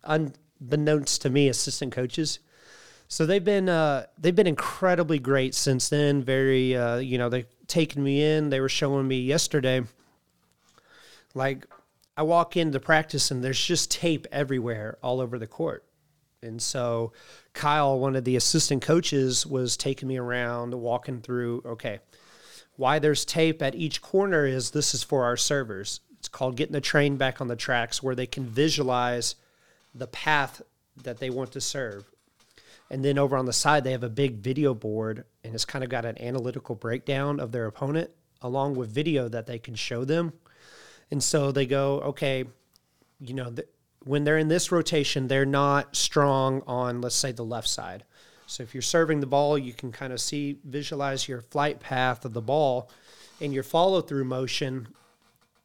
Speaker 3: unbeknownst to me, assistant coaches. So they've been uh, they've been incredibly great since then. Very uh, you know they've taken me in. They were showing me yesterday like I walk into practice and there's just tape everywhere all over the court. And so Kyle, one of the assistant coaches, was taking me around, walking through, okay, why there's tape at each corner is this is for our servers. It's called getting the train back on the tracks where they can visualize the path that they want to serve. And then over on the side, they have a big video board and it's kind of got an analytical breakdown of their opponent along with video that they can show them. And so they go, okay, you know, th- when they're in this rotation, they're not strong on, let's say, the left side. So if you're serving the ball, you can kind of see, visualize your flight path of the ball and your follow through motion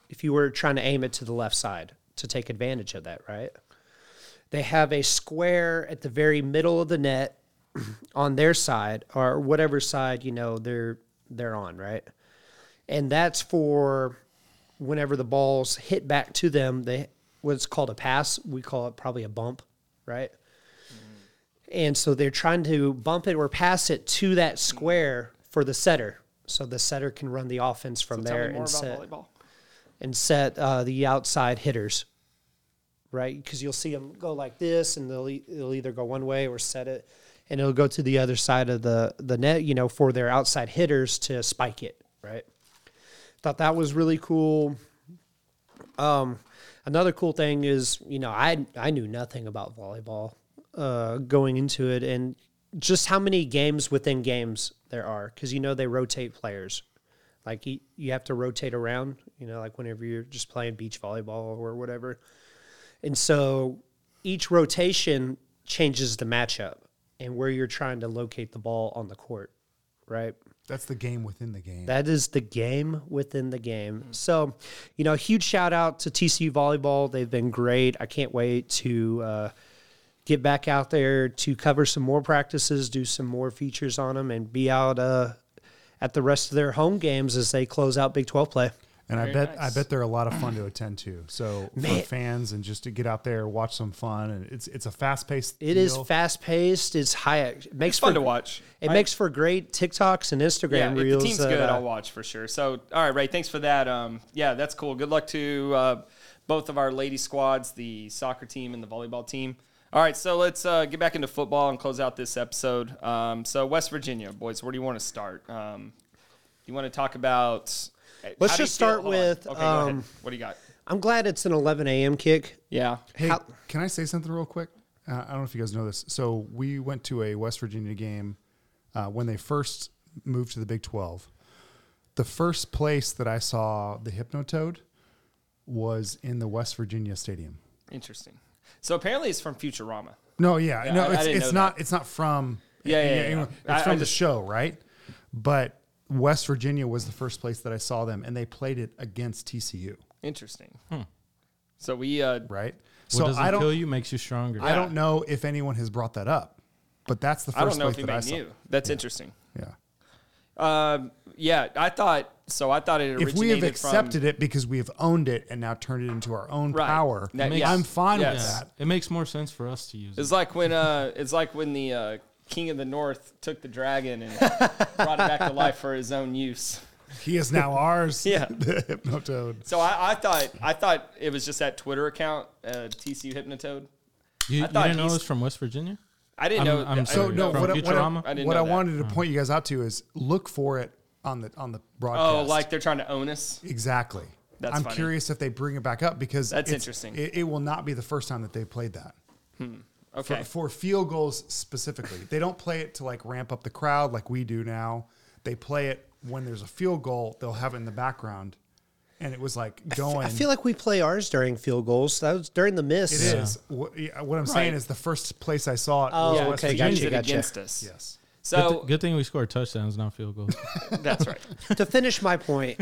Speaker 3: if you were trying to aim it to the left side to take advantage of that, right? They have a square at the very middle of the net on their side or whatever side, you know, they're they're on, right? and that's for whenever the ball's hit back to them. They what's called a pass. We call it probably a bump, right?
Speaker 2: Mm-hmm.
Speaker 3: And so they're trying to bump it or pass it to that square for the setter, so the setter can run the offense from
Speaker 2: Tell
Speaker 3: there uh,
Speaker 2: me more
Speaker 3: and
Speaker 2: about
Speaker 3: set
Speaker 2: volleyball.
Speaker 3: and set uh, the outside hitters, right? Because you'll see them go like this, and they'll, e- they'll either go one way or set it, and it'll go to the other side of the, the net, you know, for their outside hitters to spike it, right? Thought that was really cool. Um, another cool thing is, you know, I I knew nothing about volleyball uh, going into it, and just how many games within games there are, because you know they rotate players, like you, you have to rotate around you know like whenever you're just playing beach volleyball or whatever and so each rotation changes the matchup and where you're trying to locate the ball on the court right
Speaker 4: That's the game within the game.
Speaker 3: that is the game within the game. So, you know, huge shout out to TCU volleyball. They've been great. I can't wait to uh, get back out there to cover some more practices, do some more features on them, and be out uh, at the rest of their home games as they close out Big Twelve play.
Speaker 4: and I
Speaker 2: Very
Speaker 4: bet I
Speaker 2: nice.
Speaker 4: bet they're a lot of fun to attend to. So for fans and just to get out there, watch some fun, and it's it's a fast paced.
Speaker 3: It is fast paced. It's high. It makes
Speaker 2: It's fun
Speaker 3: for,
Speaker 2: to watch.
Speaker 3: It
Speaker 2: I-
Speaker 3: makes for great TikToks and Instagram
Speaker 2: yeah,
Speaker 3: reels.
Speaker 2: If the team's
Speaker 3: that,
Speaker 2: good,
Speaker 3: uh,
Speaker 2: I'll watch for sure. So, all right, Ray, thanks for that. Um, yeah, that's cool. Good luck to uh, both of our lady squads, the soccer team and the volleyball team. All right, so let's uh, get back into football and close out this episode. Um, so, West Virginia, boys, where do you want to start? Um, you want to talk about. eh,
Speaker 3: Let's
Speaker 2: how do you
Speaker 3: just start
Speaker 2: Hold on.
Speaker 3: with,
Speaker 2: Okay, go ahead.
Speaker 3: um,
Speaker 2: What do you got?
Speaker 3: I'm glad it's an 11 a.m. kick.
Speaker 2: Yeah.
Speaker 4: Hey,
Speaker 3: How-
Speaker 4: can I say something real quick? Uh, I don't know if you guys know this. So we went to a West Virginia game uh, when they first moved to the Big Twelve. The first place that I saw the Hypnotoad was in the West Virginia Stadium.
Speaker 2: Interesting. So apparently it's from Futurama.
Speaker 4: No, yeah,
Speaker 2: Yeah, I- I
Speaker 4: no, it's,
Speaker 2: didn't
Speaker 4: it's
Speaker 2: know
Speaker 4: not. It's not from.
Speaker 2: Yeah, yeah, yeah.
Speaker 4: you know,
Speaker 2: I-
Speaker 4: It's from
Speaker 2: I
Speaker 4: the
Speaker 2: just-
Speaker 4: show, right? But West Virginia was the first place that I saw them, and they played it against TCU,
Speaker 2: Interesting. So we uh,
Speaker 4: right?
Speaker 5: What
Speaker 4: so
Speaker 5: doesn't
Speaker 4: I don't.
Speaker 5: kill you makes you stronger.
Speaker 4: I don't know if anyone has brought that up, but that's the first
Speaker 2: I don't know
Speaker 4: place
Speaker 2: if he
Speaker 4: that I
Speaker 2: made
Speaker 4: saw.
Speaker 2: new. That's interesting.
Speaker 4: Yeah.
Speaker 2: Um, yeah, I thought so. I thought it originated
Speaker 4: If we have
Speaker 2: from-
Speaker 4: accepted it because we have owned it and now turned it into our own
Speaker 2: Right.
Speaker 4: power,
Speaker 2: That-
Speaker 5: yes.
Speaker 4: I'm fine with
Speaker 2: Yes.
Speaker 4: that.
Speaker 5: It makes more sense for us to use it.
Speaker 2: It's like when uh, it's like when the uh, King of the North took the dragon and brought it back to life for his own use.
Speaker 4: He is now ours.
Speaker 2: Yeah.
Speaker 4: the Hypnotoad.
Speaker 2: So I, I thought I thought it was just that Twitter account, uh, TCU Hypnotoad.
Speaker 5: You,
Speaker 2: I
Speaker 5: you
Speaker 2: thought
Speaker 5: didn't know it
Speaker 2: he's-
Speaker 5: was from West Virginia?
Speaker 2: I didn't
Speaker 5: I'm-
Speaker 2: know.
Speaker 5: I'm
Speaker 2: I-
Speaker 5: sorry.
Speaker 4: So no,
Speaker 5: From
Speaker 4: what, I- what I-
Speaker 5: Futurama?
Speaker 2: I didn't
Speaker 4: what
Speaker 2: know that. Uh-huh.
Speaker 4: I wanted to point you guys out to is look for it on the on the broadcast.
Speaker 2: Oh, like they're trying to own us.
Speaker 4: exactly.
Speaker 2: That's
Speaker 4: I'm
Speaker 2: funny.
Speaker 4: curious if they bring it back up because
Speaker 2: That's
Speaker 4: it's-
Speaker 2: interesting.
Speaker 4: It, it will not be the first time that they played that for,
Speaker 2: Okay.
Speaker 4: for field goals specifically. They don't play it to like ramp up the crowd like we do now. They play it when there's a field goal. They'll have it in the background, and it was like going.
Speaker 3: I feel like we play ours during field goals. That was during the miss.
Speaker 4: It is. What, yeah, what I'm saying
Speaker 2: Right.
Speaker 4: is the first place I saw it. was
Speaker 3: Oh,
Speaker 4: West
Speaker 3: okay,
Speaker 4: Virginia.
Speaker 2: Use
Speaker 3: gotcha,
Speaker 2: it
Speaker 3: gotcha.
Speaker 2: against us.
Speaker 4: Yes.
Speaker 5: Good,
Speaker 2: So
Speaker 5: thi- good thing we scored touchdowns, not field goals.
Speaker 2: that's right.
Speaker 3: to finish my point,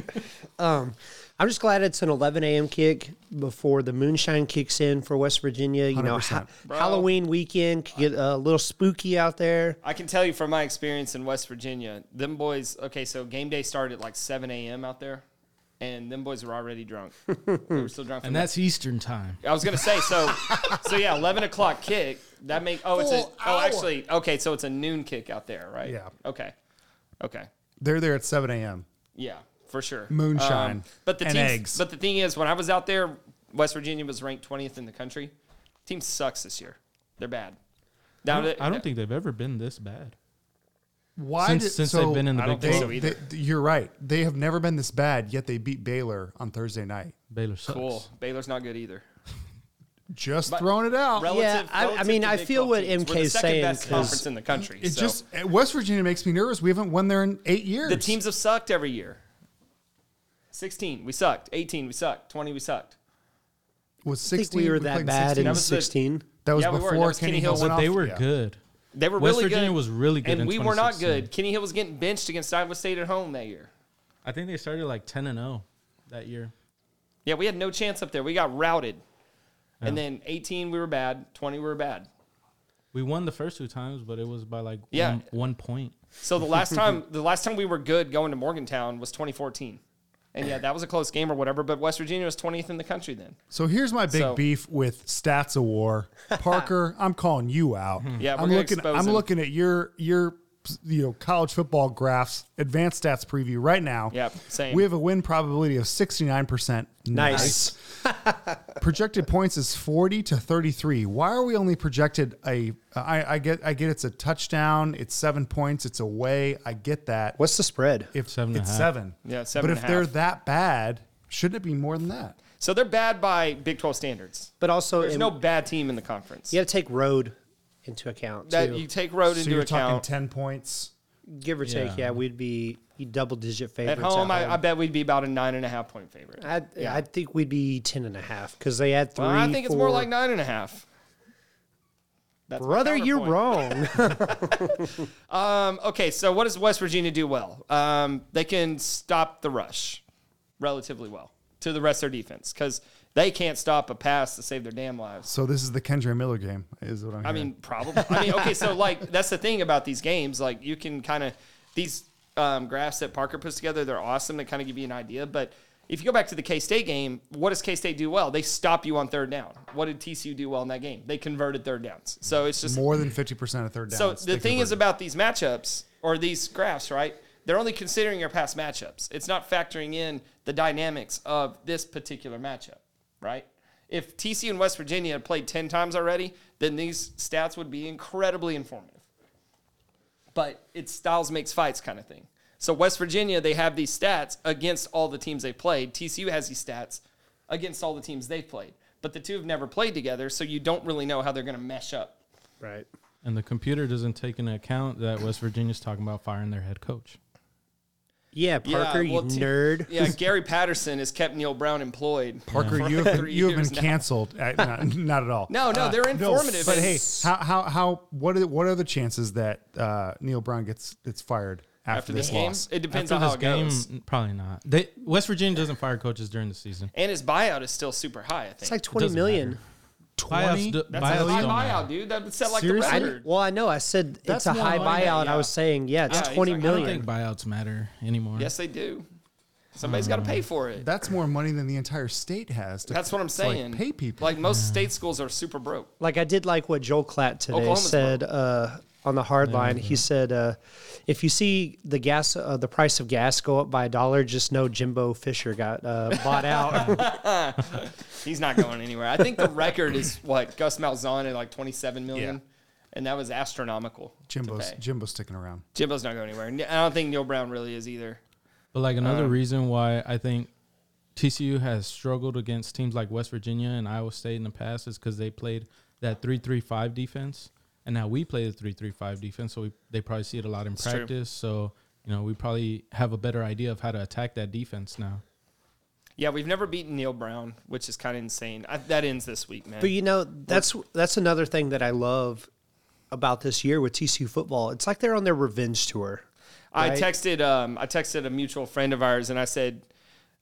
Speaker 3: um, I'm just glad it's an 11 a.m. kick before the moonshine kicks in for West Virginia. You know, ha-
Speaker 4: 100%.
Speaker 3: Halloween weekend could get a little spooky out there.
Speaker 2: I can tell you from my experience in West Virginia, them boys. Okay, so game day started at like 7 a.m. out there, and them boys were already drunk. they were still drunk. from
Speaker 5: and
Speaker 2: that.
Speaker 5: that's Eastern time.
Speaker 2: I was gonna say so. so yeah, 11 o'clock kick. That make oh it's a,
Speaker 4: Full
Speaker 2: oh
Speaker 4: hour.
Speaker 2: actually okay. So it's a noon kick out there, right?
Speaker 4: Yeah.
Speaker 2: Okay. Okay.
Speaker 4: They're there at 7 a.m.
Speaker 2: Yeah, for sure. Um,
Speaker 4: Moonshine
Speaker 2: but the
Speaker 4: and
Speaker 2: team,
Speaker 4: eggs.
Speaker 2: But the thing is, when I was out there, West Virginia was ranked 20th in the country. Team sucks this year. They're bad.
Speaker 5: I
Speaker 2: Now
Speaker 5: don't,
Speaker 2: that-
Speaker 5: I don't think they've ever been this bad.
Speaker 4: Why
Speaker 5: Since-
Speaker 4: did-
Speaker 5: since they've been in the
Speaker 4: I don't
Speaker 5: Big
Speaker 2: 12.
Speaker 4: think so either. They- you're right. They have never been this bad, yet they beat Baylor on Thursday night.
Speaker 5: Baylor sucks.
Speaker 2: cool. Baylor's not good either.
Speaker 4: Just throwing it out.
Speaker 2: Relative,
Speaker 3: I- I
Speaker 2: relative
Speaker 3: mean,
Speaker 2: to
Speaker 3: I
Speaker 2: Big
Speaker 3: feel
Speaker 2: 12 teams.
Speaker 3: what
Speaker 2: We're the
Speaker 3: MK's
Speaker 2: second
Speaker 3: saying,
Speaker 2: best
Speaker 3: 'cause
Speaker 2: conference in the country.
Speaker 4: It
Speaker 2: so
Speaker 4: just West Virginia makes me nervous. We haven't won there in eight years.
Speaker 2: the teams have sucked every year. 16, we sucked. 18, we sucked. 20, we sucked.
Speaker 4: was
Speaker 3: I think
Speaker 4: 16.
Speaker 3: we were
Speaker 4: played
Speaker 3: that
Speaker 4: in
Speaker 3: bad
Speaker 4: 16.
Speaker 3: in
Speaker 2: That was the-
Speaker 3: 16.
Speaker 4: that was
Speaker 2: Yeah, we were.
Speaker 4: before
Speaker 2: That was
Speaker 4: Kenny,
Speaker 2: Kenny
Speaker 4: Hill
Speaker 2: Hill.
Speaker 4: went
Speaker 5: But
Speaker 4: off.
Speaker 5: they were
Speaker 4: Yeah.
Speaker 5: good.
Speaker 2: They were
Speaker 5: West
Speaker 2: really
Speaker 5: Virginia
Speaker 2: good.
Speaker 5: was really good
Speaker 2: and
Speaker 5: in
Speaker 2: we were not
Speaker 5: 2016.
Speaker 2: good. Kenny Hill was getting benched against Iowa State at home that year.
Speaker 5: I think they started like 10 and 0 that year.
Speaker 2: Yeah, we had no chance up there. We got routed. And then 18, we were bad. 20, we were bad.
Speaker 5: We won the first two times, but it was by like
Speaker 2: Yeah.
Speaker 5: one, one point.
Speaker 2: So the last time, the last time we were good going to Morgantown was 2014. And yeah, that was a close game or whatever. But West Virginia was 20th in the country then.
Speaker 4: So here's my big
Speaker 2: So-
Speaker 4: beef with Stats of War, Parker. I'm calling you out.
Speaker 2: Yeah, we're
Speaker 4: I'm
Speaker 2: gonna
Speaker 4: looking.
Speaker 2: expose
Speaker 4: I'm
Speaker 2: him.
Speaker 4: looking at your your you know college football graphs, advanced stats preview right now.
Speaker 2: Yep, same.
Speaker 4: We have a win probability of 69 percent.
Speaker 3: Nice.
Speaker 4: projected points is 40 to 33. Why are we only projected a? I, I get. I get. It's a touchdown. It's seven points. It's away. I get that.
Speaker 3: What's the spread?
Speaker 4: if
Speaker 5: Seven and
Speaker 4: It's
Speaker 5: a half.
Speaker 4: seven.
Speaker 2: Yeah, seven
Speaker 4: But
Speaker 2: and
Speaker 4: if
Speaker 2: a
Speaker 4: they're
Speaker 2: half.
Speaker 4: that bad, shouldn't it be more than that?
Speaker 2: So they're bad by Big 12 standards.
Speaker 3: But also,
Speaker 2: There's
Speaker 3: in-
Speaker 2: no bad team in the conference.
Speaker 3: you have to take road into account.
Speaker 2: that
Speaker 3: too.
Speaker 2: you take road
Speaker 4: So
Speaker 2: into
Speaker 4: you're
Speaker 2: account.
Speaker 4: talking 10 points.
Speaker 3: give or take, yeah,
Speaker 5: Yeah.
Speaker 3: we'd be double digit
Speaker 2: At
Speaker 3: favorites.
Speaker 2: home, I, I bet we'd be about a nine and a half point favorite.
Speaker 3: I, I think we'd be 10 and a half because they had three.
Speaker 2: Well, I think it's more
Speaker 3: four.
Speaker 2: like nine and a half. That's my
Speaker 3: Brother, you're
Speaker 2: counterpoint.
Speaker 3: wrong.
Speaker 2: Okay, so what does West Virginia do well? Um, they can stop the rush relatively well to the rest of their defense because they can't stop a pass to save their damn lives.
Speaker 4: So this is the Kendra Miller game, is what I'm.
Speaker 2: I
Speaker 4: hearing.
Speaker 2: mean, probably. I mean, okay, so like that's the thing about these games. Like you can kind of these um, graphs that Parker puts together. They're awesome. They kind of give you an idea. But if you go back to the K State game, what does K State do well? They stop you on third down. What did TCU do well in that game? They converted third downs. So it's just
Speaker 4: more than 50% of third downs.
Speaker 2: So
Speaker 4: they
Speaker 2: the thing is
Speaker 4: converted.
Speaker 2: about these matchups or these graphs, right? They're only considering your past matchups. It's not factoring in the dynamics of this particular matchup, right? If TCU and West Virginia had played 10 times already, then these stats would be incredibly informative. But it's styles makes fights kind of thing. So West Virginia, they have these stats against all the teams they played. TCU has these stats against all the teams they've played. But the two have never played together, so you don't really know how they're going to mesh up.
Speaker 3: Right.
Speaker 5: And the computer doesn't take into account that West Virginia's talking about firing their head coach.
Speaker 3: Yeah, Parker,
Speaker 2: well,
Speaker 3: you
Speaker 2: t-
Speaker 3: nerd.
Speaker 2: Yeah, Gary Patterson has kept Neil Brown employed.
Speaker 4: Parker,
Speaker 2: for
Speaker 4: you have been,
Speaker 2: three
Speaker 4: you have
Speaker 2: years
Speaker 4: been
Speaker 2: now.
Speaker 4: canceled. Uh, not, not at all.
Speaker 2: No, no,
Speaker 4: Uh,
Speaker 2: they're informative.
Speaker 4: but hey,
Speaker 2: It's-
Speaker 4: how how how what are what are the chances that uh, Neil Brown gets gets fired after,
Speaker 2: after
Speaker 4: this,
Speaker 2: this game,
Speaker 4: loss?
Speaker 2: it depends on
Speaker 5: After
Speaker 2: how
Speaker 5: this
Speaker 2: it
Speaker 5: game,
Speaker 2: goes.
Speaker 5: probably not. They, West Virginia doesn't fire coaches during the season.
Speaker 2: And his buyout is still super high. I think
Speaker 3: It's like 20
Speaker 5: doesn't
Speaker 3: million.
Speaker 5: matter. Buyouts do-
Speaker 2: that's a
Speaker 5: buyouts
Speaker 2: high
Speaker 5: don't matter.
Speaker 2: buyout, dude. That would set like
Speaker 4: Seriously?
Speaker 2: the
Speaker 3: I,
Speaker 2: record.
Speaker 3: well, I know. I said it's
Speaker 4: That's
Speaker 3: a
Speaker 4: more
Speaker 3: high
Speaker 4: money
Speaker 3: buyout.
Speaker 2: than-
Speaker 3: I was saying, yeah, it's
Speaker 2: Yeah, he's
Speaker 3: twenty
Speaker 2: like, I don't
Speaker 5: I don't
Speaker 3: million.
Speaker 5: think buyouts matter anymore.
Speaker 2: Yes, they do. Somebody's got to pay for it.
Speaker 4: That's more money than the entire state has. To,
Speaker 2: That's what I'm
Speaker 4: to, like,
Speaker 2: saying.
Speaker 4: pay people.
Speaker 2: Like most state schools are super broke.
Speaker 3: like I did like what Joel Klatt today
Speaker 2: Oklahoma's
Speaker 3: said uh, on the hard line. He said, uh, "If you see the gas, uh, the price of gas go up by a dollar, just know Jimbo Fisher got uh, bought out."
Speaker 2: He's not going anywhere. I think the record is what Gus Malzahn at like 27 million,
Speaker 4: Yeah.
Speaker 2: and that was astronomical. to
Speaker 4: Jimbo's
Speaker 2: pay.
Speaker 4: Jimbo's sticking around.
Speaker 2: Jimbo's not going anywhere. I don't think Neil Brown really is either.
Speaker 5: But like another reason why I think TCU has struggled against teams like West Virginia and Iowa State in the past is because they played that three three five defense, and now we play the three three five defense. So we, they probably see it a lot in
Speaker 2: true.
Speaker 5: practice. So you know we probably have a better idea of how to attack that defense now.
Speaker 2: Yeah, we've never beaten Neil Brown, which is kind of insane. I, that ends this week, man.
Speaker 3: but you know, that's that's another thing that I love about this year with TCU football. It's like they're on their revenge tour.
Speaker 2: I
Speaker 3: right?
Speaker 2: texted um, I texted a mutual friend of ours and I said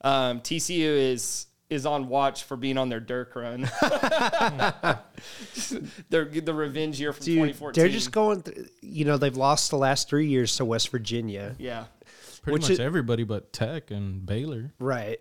Speaker 2: um, TCU is is on watch for being on their Dirk run. their the revenge year from
Speaker 3: Dude,
Speaker 2: 2014.
Speaker 3: they're just going. Th- you know, they've lost the last three years to West Virginia,
Speaker 2: yeah.
Speaker 5: Pretty
Speaker 3: Which
Speaker 5: much
Speaker 3: it-
Speaker 5: everybody but Tech and Baylor.
Speaker 3: right?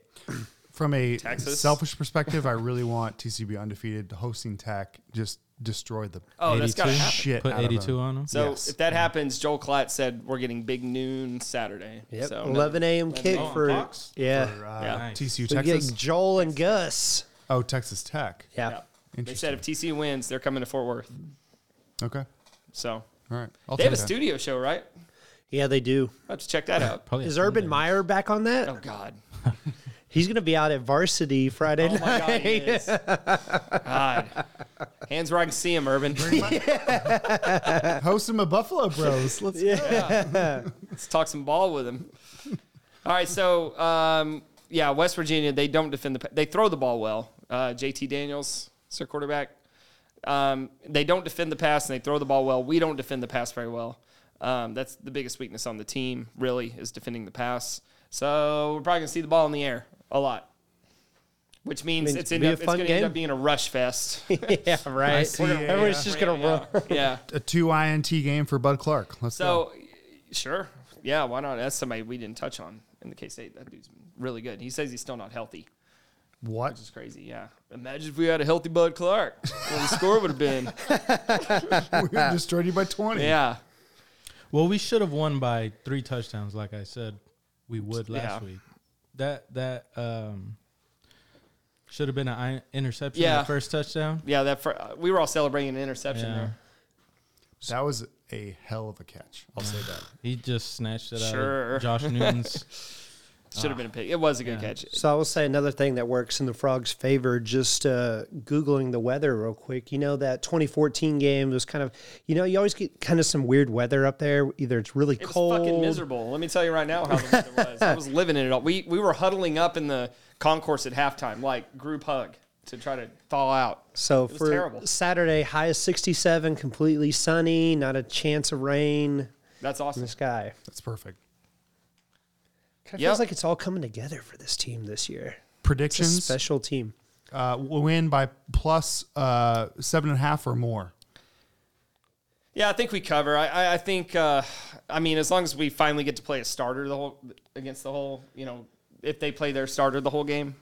Speaker 4: From a
Speaker 2: Texas?
Speaker 4: selfish perspective, I really want TCB undefeated. Hosting Tech just destroyed the
Speaker 2: Oh, that's got to
Speaker 5: 82.
Speaker 2: happen.
Speaker 4: shit.
Speaker 5: Put
Speaker 4: out of
Speaker 5: eighty two
Speaker 4: them.
Speaker 5: on them.
Speaker 2: So
Speaker 4: Yes.
Speaker 2: if that happens, Joel Klatt said we're getting big noon Saturday.
Speaker 3: Yep.
Speaker 2: So
Speaker 3: Eleven a.m. kick
Speaker 5: on
Speaker 3: for
Speaker 5: Fox?
Speaker 3: yeah.
Speaker 4: Uh,
Speaker 2: Yeah.
Speaker 4: TCU
Speaker 3: we
Speaker 4: Texas.
Speaker 3: get Joel and Gus.
Speaker 4: oh, Texas Tech.
Speaker 3: Yeah.
Speaker 2: yeah. They
Speaker 4: Interesting.
Speaker 2: said if TCU wins, they're coming to Fort Worth.
Speaker 4: Okay.
Speaker 2: So
Speaker 4: All right. I'll
Speaker 2: they have a
Speaker 4: take that.
Speaker 2: studio show, right?
Speaker 3: Yeah, they do.
Speaker 2: I'll have to check that out.
Speaker 5: Probably a
Speaker 3: Is Urban
Speaker 5: Sunday.
Speaker 3: Meyer back on that?
Speaker 2: Oh God.
Speaker 3: He's going to be out at varsity Friday
Speaker 2: Oh
Speaker 3: night.
Speaker 2: my God, he is. God. Hands where I can see him, Urban.
Speaker 4: Host him a Buffalo Bros. Let's
Speaker 2: Let's talk some ball with him. All right, so um, yeah, West Virginia they don't defend the pa- they throw the ball well. Uh, JT Daniels, is their quarterback. Um, they don't defend the pass and they throw the ball well. We don't defend the pass very well. Um, that's the biggest weakness on the team, really, is defending the pass. So we're probably gonna see the ball in the air a lot, which means,
Speaker 3: Means
Speaker 2: it's, end
Speaker 3: be a
Speaker 2: up, it's
Speaker 3: fun
Speaker 2: gonna end
Speaker 3: game.
Speaker 2: up being a rush fest.
Speaker 3: yeah, right.
Speaker 4: see, yeah,
Speaker 3: Everyone's just going to run.
Speaker 2: yeah.
Speaker 4: a two INT game for Bud Clark. Let's go.
Speaker 2: So, sure. Yeah, why not? That's somebody we didn't touch on in the K State. That dude's really good. He says he's still not healthy.
Speaker 4: What?
Speaker 2: It's crazy. Yeah. Imagine if we had a healthy Bud Clark. What the score would have been.
Speaker 4: we destroyed you by 20.
Speaker 2: Yeah.
Speaker 5: Well, we should have won by three touchdowns, like I said we would last
Speaker 2: Yeah.
Speaker 5: week. That that um should have been an i- interception.
Speaker 2: Yeah.
Speaker 5: that first touchdown.
Speaker 2: Yeah. That fir- uh, we were all celebrating an interception
Speaker 5: Yeah.
Speaker 2: there.
Speaker 4: That was a hell of a catch. I'll say that.
Speaker 5: He just snatched it out
Speaker 2: Sure.
Speaker 5: of Josh Newton's.
Speaker 2: Should
Speaker 3: Ah.
Speaker 2: have been a pick. It was a good catch.
Speaker 3: So I will say another thing that works in the Frogs' favor, just uh, Googling the weather real quick. You know, that 2014 game was kind of, you know, you always get kind of some weird weather up there. Either it's really
Speaker 2: It was
Speaker 3: cold.
Speaker 2: fucking miserable. Let me tell you right now how the weather was. I was living in it all. We we were huddling up in the concourse at halftime, like group hug to try to thaw out.
Speaker 3: So
Speaker 2: was
Speaker 3: for
Speaker 2: terrible.
Speaker 3: Saturday, high of 67, completely sunny, not a chance of rain
Speaker 2: That's
Speaker 3: in
Speaker 2: awesome.
Speaker 3: the sky.
Speaker 4: That's perfect.
Speaker 3: Kind of
Speaker 2: Yep.
Speaker 3: feels like it's all coming together for this team this year. It's a
Speaker 4: Predictions
Speaker 3: special team.
Speaker 4: uh, win by plus uh, seven and a half or more.
Speaker 2: Yeah, I think we cover. I, I, I think. Uh, I mean, as long as we finally get to play a starter the whole against the whole, you know, if they play their starter the whole game,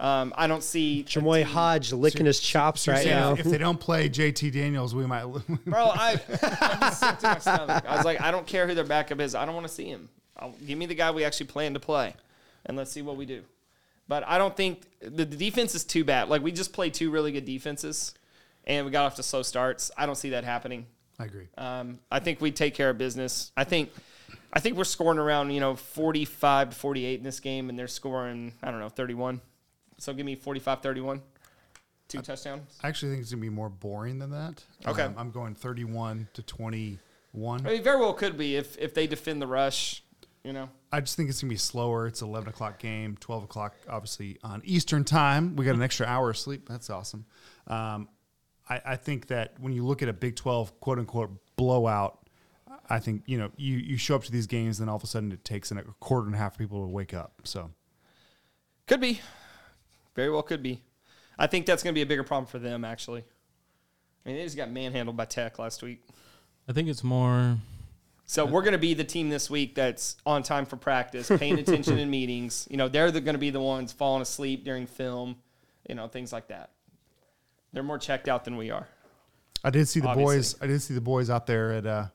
Speaker 2: um, I don't see.
Speaker 3: Jamoy Hodge licking his chops right
Speaker 4: Saying
Speaker 3: now.
Speaker 4: If they don't play JT Daniels, we might lose.
Speaker 2: Bro, I, I just sick to my stomach. I was like, I don't care who their backup is. I don't want to see him. I'll, give me the guy we actually plan to play, and let's see what we do. But I don't think the, the defense is too bad. Like we just played two really good defenses, and we got off to slow starts. I don't see that happening.
Speaker 4: I agree.
Speaker 2: Um, I think we take care of business. I think, I think we're scoring around you know forty five to forty eight in this game, and they're scoring I don't know thirty one. So give me 45 31. Two touchdowns.
Speaker 4: I actually think it's going to be more boring than that.
Speaker 2: Okay.
Speaker 4: Um, I'm going 31 to 21.
Speaker 2: I mean, very well could be if, if they defend the rush, you know.
Speaker 4: I just think it's going to be slower. It's 11 o'clock game, 12 o'clock, obviously, on Eastern time. We got an extra hour of sleep. That's awesome. Um, I, I think that when you look at a Big 12 quote unquote blowout, I think, you know, you, you show up to these games, then all of a sudden it takes an, a quarter and a half of people to wake up. So
Speaker 2: Could be. Very well could be. I think that's going to be a bigger problem for them, actually. I mean, they just got manhandled by Tech last week.
Speaker 5: I think it's more.
Speaker 2: So we're going to be the team this week that's on time for practice, paying attention in meetings. You know, they're the, going to be the ones falling asleep during film, you know, things like that. They're more checked out than we are.
Speaker 4: I did see the boys.
Speaker 2: Obviously.
Speaker 4: I did see the boys out there at uh,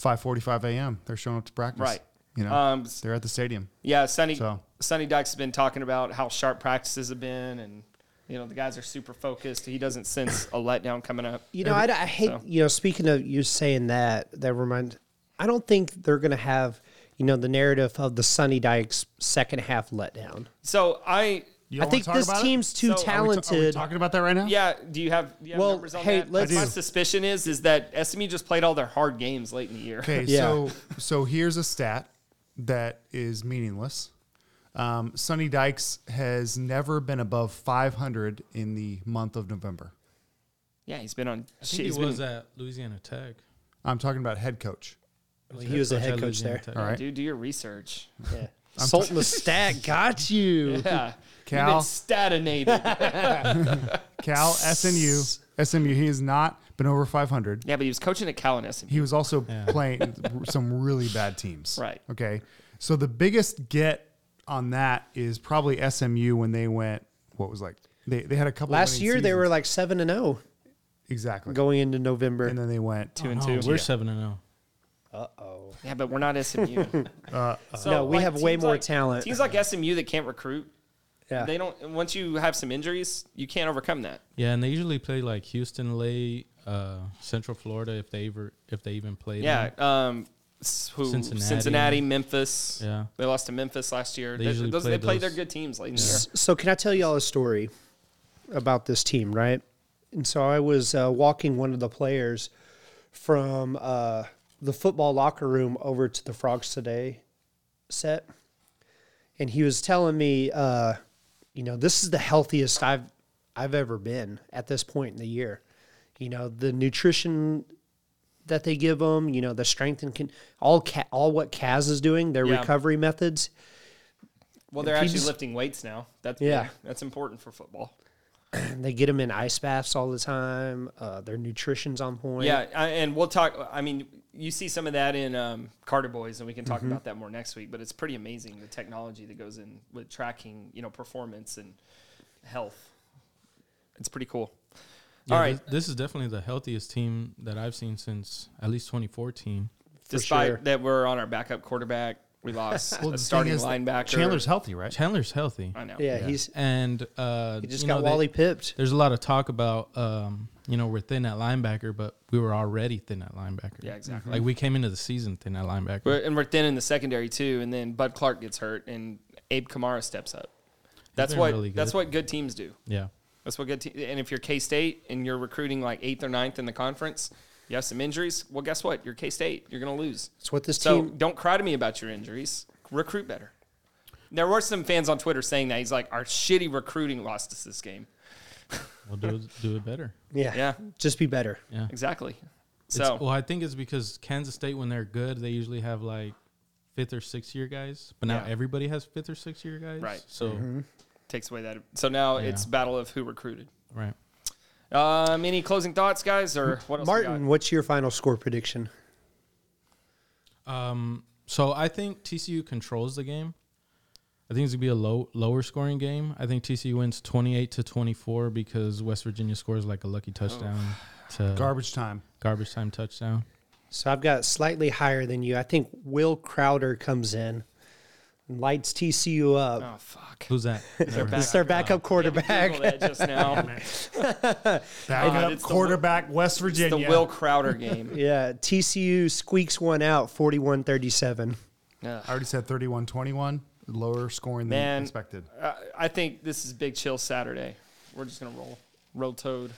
Speaker 4: 5:45 a.m. They're showing up to practice.
Speaker 2: Right.
Speaker 4: You know,
Speaker 2: Um, s-
Speaker 4: they're at the stadium.
Speaker 2: Yeah, Sonny
Speaker 4: So-
Speaker 2: Sonny Dyke's been talking about how sharp practices have been, and you know the guys are super focused. He doesn't sense a letdown coming up.
Speaker 3: You know, I, I hate,
Speaker 2: so.
Speaker 3: you know, speaking of you saying that, that reminds, I don't think they're going to have, you know, the narrative of the Sonny Dykes second half letdown.
Speaker 2: So I,
Speaker 4: You
Speaker 3: I
Speaker 4: don't wanna
Speaker 3: think
Speaker 4: talk
Speaker 3: this
Speaker 4: about it?
Speaker 3: team's
Speaker 2: So,
Speaker 3: too
Speaker 2: are we ta- are we
Speaker 3: talented.
Speaker 4: Are we talking about that right now?
Speaker 2: yeah. Do you have, do you have
Speaker 3: Well,
Speaker 2: numbers on
Speaker 3: hey,
Speaker 2: that?
Speaker 3: let's-
Speaker 2: My
Speaker 3: I do.
Speaker 2: suspicion is is that SMU just played all their hard games late in the year.
Speaker 4: Okay,
Speaker 3: Yeah.
Speaker 4: so so here's a stat that is meaningless. Um, Sonny Dykes has never been above 500 in the month of November.
Speaker 2: Yeah, he's been on.
Speaker 5: I
Speaker 2: shit,
Speaker 5: think
Speaker 2: he's
Speaker 5: he was
Speaker 2: been,
Speaker 5: at Louisiana Tech.
Speaker 4: I'm talking about head coach.
Speaker 3: he was a head
Speaker 5: at
Speaker 3: coach
Speaker 5: Louisiana
Speaker 3: there.
Speaker 5: Tech.
Speaker 4: All right,
Speaker 2: Dude, do your research.
Speaker 3: Yeah. Salt in the stack got you.
Speaker 2: Yeah,
Speaker 4: Cal.
Speaker 2: You've been statinated.
Speaker 4: Cal SNU SMU. He has not been over 500.
Speaker 2: yeah, but he was coaching at Cal and SMU.
Speaker 4: He was also playing some really bad teams.
Speaker 2: Right.
Speaker 4: Okay. So the biggest get on that is probably SMU when they went. What was like they, they had a couple
Speaker 3: Last
Speaker 4: winning
Speaker 3: year they
Speaker 4: seasons.
Speaker 3: were like 7 and 0
Speaker 4: exactly
Speaker 3: going into November.
Speaker 4: and then they went
Speaker 2: Two and
Speaker 5: No,
Speaker 2: two.
Speaker 5: Oh, we're seven and zero.
Speaker 2: Yeah, but we're not SMU. Uh, so,
Speaker 3: No, we have way
Speaker 2: teams
Speaker 3: more
Speaker 2: like-
Speaker 3: talent.
Speaker 2: Teams like SMU that can't recruit,
Speaker 3: yeah.
Speaker 2: they don't. Once you have some injuries, you can't overcome that.
Speaker 5: Yeah, and they usually play like Houston, late, uh, Central Florida if they ever if they even played.
Speaker 2: Yeah. Um, s- who,
Speaker 5: Cincinnati.
Speaker 2: Cincinnati. Memphis.
Speaker 5: Yeah
Speaker 2: They lost to Memphis last year.
Speaker 5: They
Speaker 2: They,
Speaker 5: usually
Speaker 2: those,
Speaker 5: play
Speaker 2: they play
Speaker 5: those.
Speaker 2: their good teams late in the year.
Speaker 3: So can I tell y'all a story about this team, right? And so I was uh, walking one of the players from uh, the football locker room over to the Frogs Today set, and he was telling me, uh, you know, this is the healthiest I've I've ever been at this point in the year. You know, the nutrition that they give them, you know, the strength and can all ca- all what Kaz is doing, their
Speaker 2: Yeah.
Speaker 3: recovery methods.
Speaker 2: Well, they're
Speaker 3: If you
Speaker 2: actually
Speaker 3: just-
Speaker 2: lifting weights now. That's
Speaker 3: Yeah.
Speaker 2: big. That's important for football.
Speaker 3: They get them in ice baths all the time. Uh, their nutrition's on point.
Speaker 2: Yeah, I, and we'll talk. I mean, you see some of that in um, Carter Boys, and we can talk
Speaker 4: Mm-hmm.
Speaker 2: about that more next week. But it's pretty amazing the technology that goes in with tracking, you know, performance and health. It's pretty cool.
Speaker 5: Yeah,
Speaker 2: All right,
Speaker 5: This, this is definitely the healthiest team that I've seen since at least 2014.
Speaker 2: despite
Speaker 3: sure.
Speaker 2: that we're on our backup quarterback, we lost
Speaker 4: Well, the
Speaker 2: a
Speaker 4: thing
Speaker 2: starting
Speaker 4: is that
Speaker 2: linebacker.
Speaker 4: Chandler's healthy, right?
Speaker 5: Chandler's healthy.
Speaker 2: I know.
Speaker 3: yeah. He's
Speaker 5: And uh,
Speaker 3: he just
Speaker 5: you
Speaker 3: got
Speaker 5: know, they-
Speaker 3: Wally pipped.
Speaker 5: There's a lot of talk about, um, you know, we're thin at linebacker, but we were already thin at linebacker.
Speaker 2: Yeah, exactly.
Speaker 5: Like we came into the season thin at linebacker.
Speaker 2: We're, and we're thin in the secondary too. And then Bud Clark gets hurt, and Abe Kamara steps up. That's
Speaker 5: been
Speaker 2: what
Speaker 5: really
Speaker 2: that's
Speaker 5: good.
Speaker 2: what good teams do.
Speaker 5: yeah.
Speaker 2: That's what good team. And if you're K State and you're recruiting like eighth or ninth in the conference, you have some injuries. Well, guess what? You're K State. You're going to lose.
Speaker 3: That's what this
Speaker 2: So
Speaker 3: team.
Speaker 2: don't cry to me about your injuries. Recruit better. There were some fans on Twitter saying that he's like our shitty recruiting lost us this game.
Speaker 5: We'll do it, do it better.
Speaker 3: Yeah.
Speaker 2: Yeah,
Speaker 3: Just be better.
Speaker 2: exactly. So
Speaker 5: It's- well, I think it's because Kansas State, when they're good, they usually have like fifth or sixth year guys, but now
Speaker 2: Yeah.
Speaker 5: everybody has fifth or sixth year guys.
Speaker 2: Right.
Speaker 5: So,
Speaker 2: takes away that. So now it's
Speaker 5: Yeah.
Speaker 2: battle of who recruited.
Speaker 5: right.
Speaker 2: Um, any closing thoughts, guys, or what else? we
Speaker 3: Martin,
Speaker 2: got?
Speaker 3: what's your final score prediction?
Speaker 5: So I think TCU controls the game. I think it's gonna be a low lower scoring game. I think TCU wins twenty eight to twenty four because West Virginia scores like a lucky touchdown to
Speaker 4: Garbage time.
Speaker 5: garbage time touchdown.
Speaker 3: So I've got slightly higher than you. I think Will Crowder comes in and lights TCU up.
Speaker 2: Oh fuck!
Speaker 5: Who's that?
Speaker 2: Oh,
Speaker 5: Never mind.
Speaker 3: It's their backup quarterback.
Speaker 2: Google that just now.
Speaker 4: Backup
Speaker 2: it's the-
Speaker 4: quarterback, West
Speaker 2: the
Speaker 4: Virginia.
Speaker 2: Will Crowder game.
Speaker 3: Yeah, TCU squeaks one out 41 37.
Speaker 4: I already said 31-21. lower scoring than
Speaker 2: Man,
Speaker 4: expected.
Speaker 2: Uh, I think this is Big Chill Saturday. We're just gonna roll, roll Toad.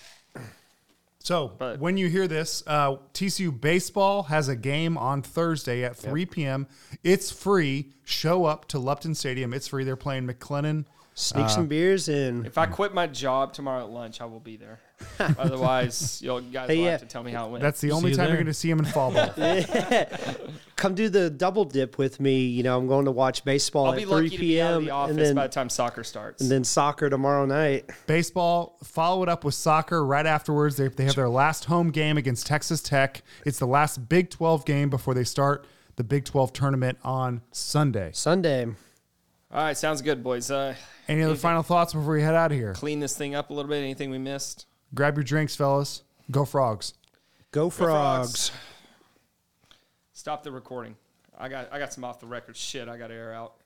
Speaker 4: So
Speaker 2: But-
Speaker 4: when you hear this, uh, TCU baseball has a game on Thursday at 3 p.m. It's free. Show up to Lupton Stadium. It's free. They're playing McLennan.
Speaker 5: Uh,
Speaker 3: Sneak some beers in.
Speaker 2: If I quit my job tomorrow at lunch, I will be there. Otherwise, you'll you guys
Speaker 3: Hey,
Speaker 2: will
Speaker 3: yeah.
Speaker 2: have to tell me how it went.
Speaker 4: That's the only
Speaker 5: you
Speaker 4: time you're
Speaker 5: there.
Speaker 4: going to see him in fall ball.
Speaker 3: Come do the double dip with me. You know, I'm going to watch baseball
Speaker 2: I'll
Speaker 3: at
Speaker 2: be
Speaker 3: 3
Speaker 2: lucky to be out
Speaker 3: p.m.
Speaker 2: of the office
Speaker 3: and then
Speaker 2: by the time soccer starts.
Speaker 3: and then soccer tomorrow night.
Speaker 4: baseball. Follow it up with soccer right afterwards. They, they have their last home game against Texas Tech. It's the last Big 12 game before they start the Big 12 tournament on Sunday.
Speaker 3: Sunday.
Speaker 2: All right, sounds good, boys. Uh,
Speaker 4: Any other final thoughts before we head out of here?
Speaker 2: clean this thing up a little bit. Anything we missed?
Speaker 4: Grab your drinks, fellas. Go frogs.
Speaker 3: Go
Speaker 2: Frogs.
Speaker 3: frogs.
Speaker 2: Stop the recording. I got I got some off the record shit. I got to air out.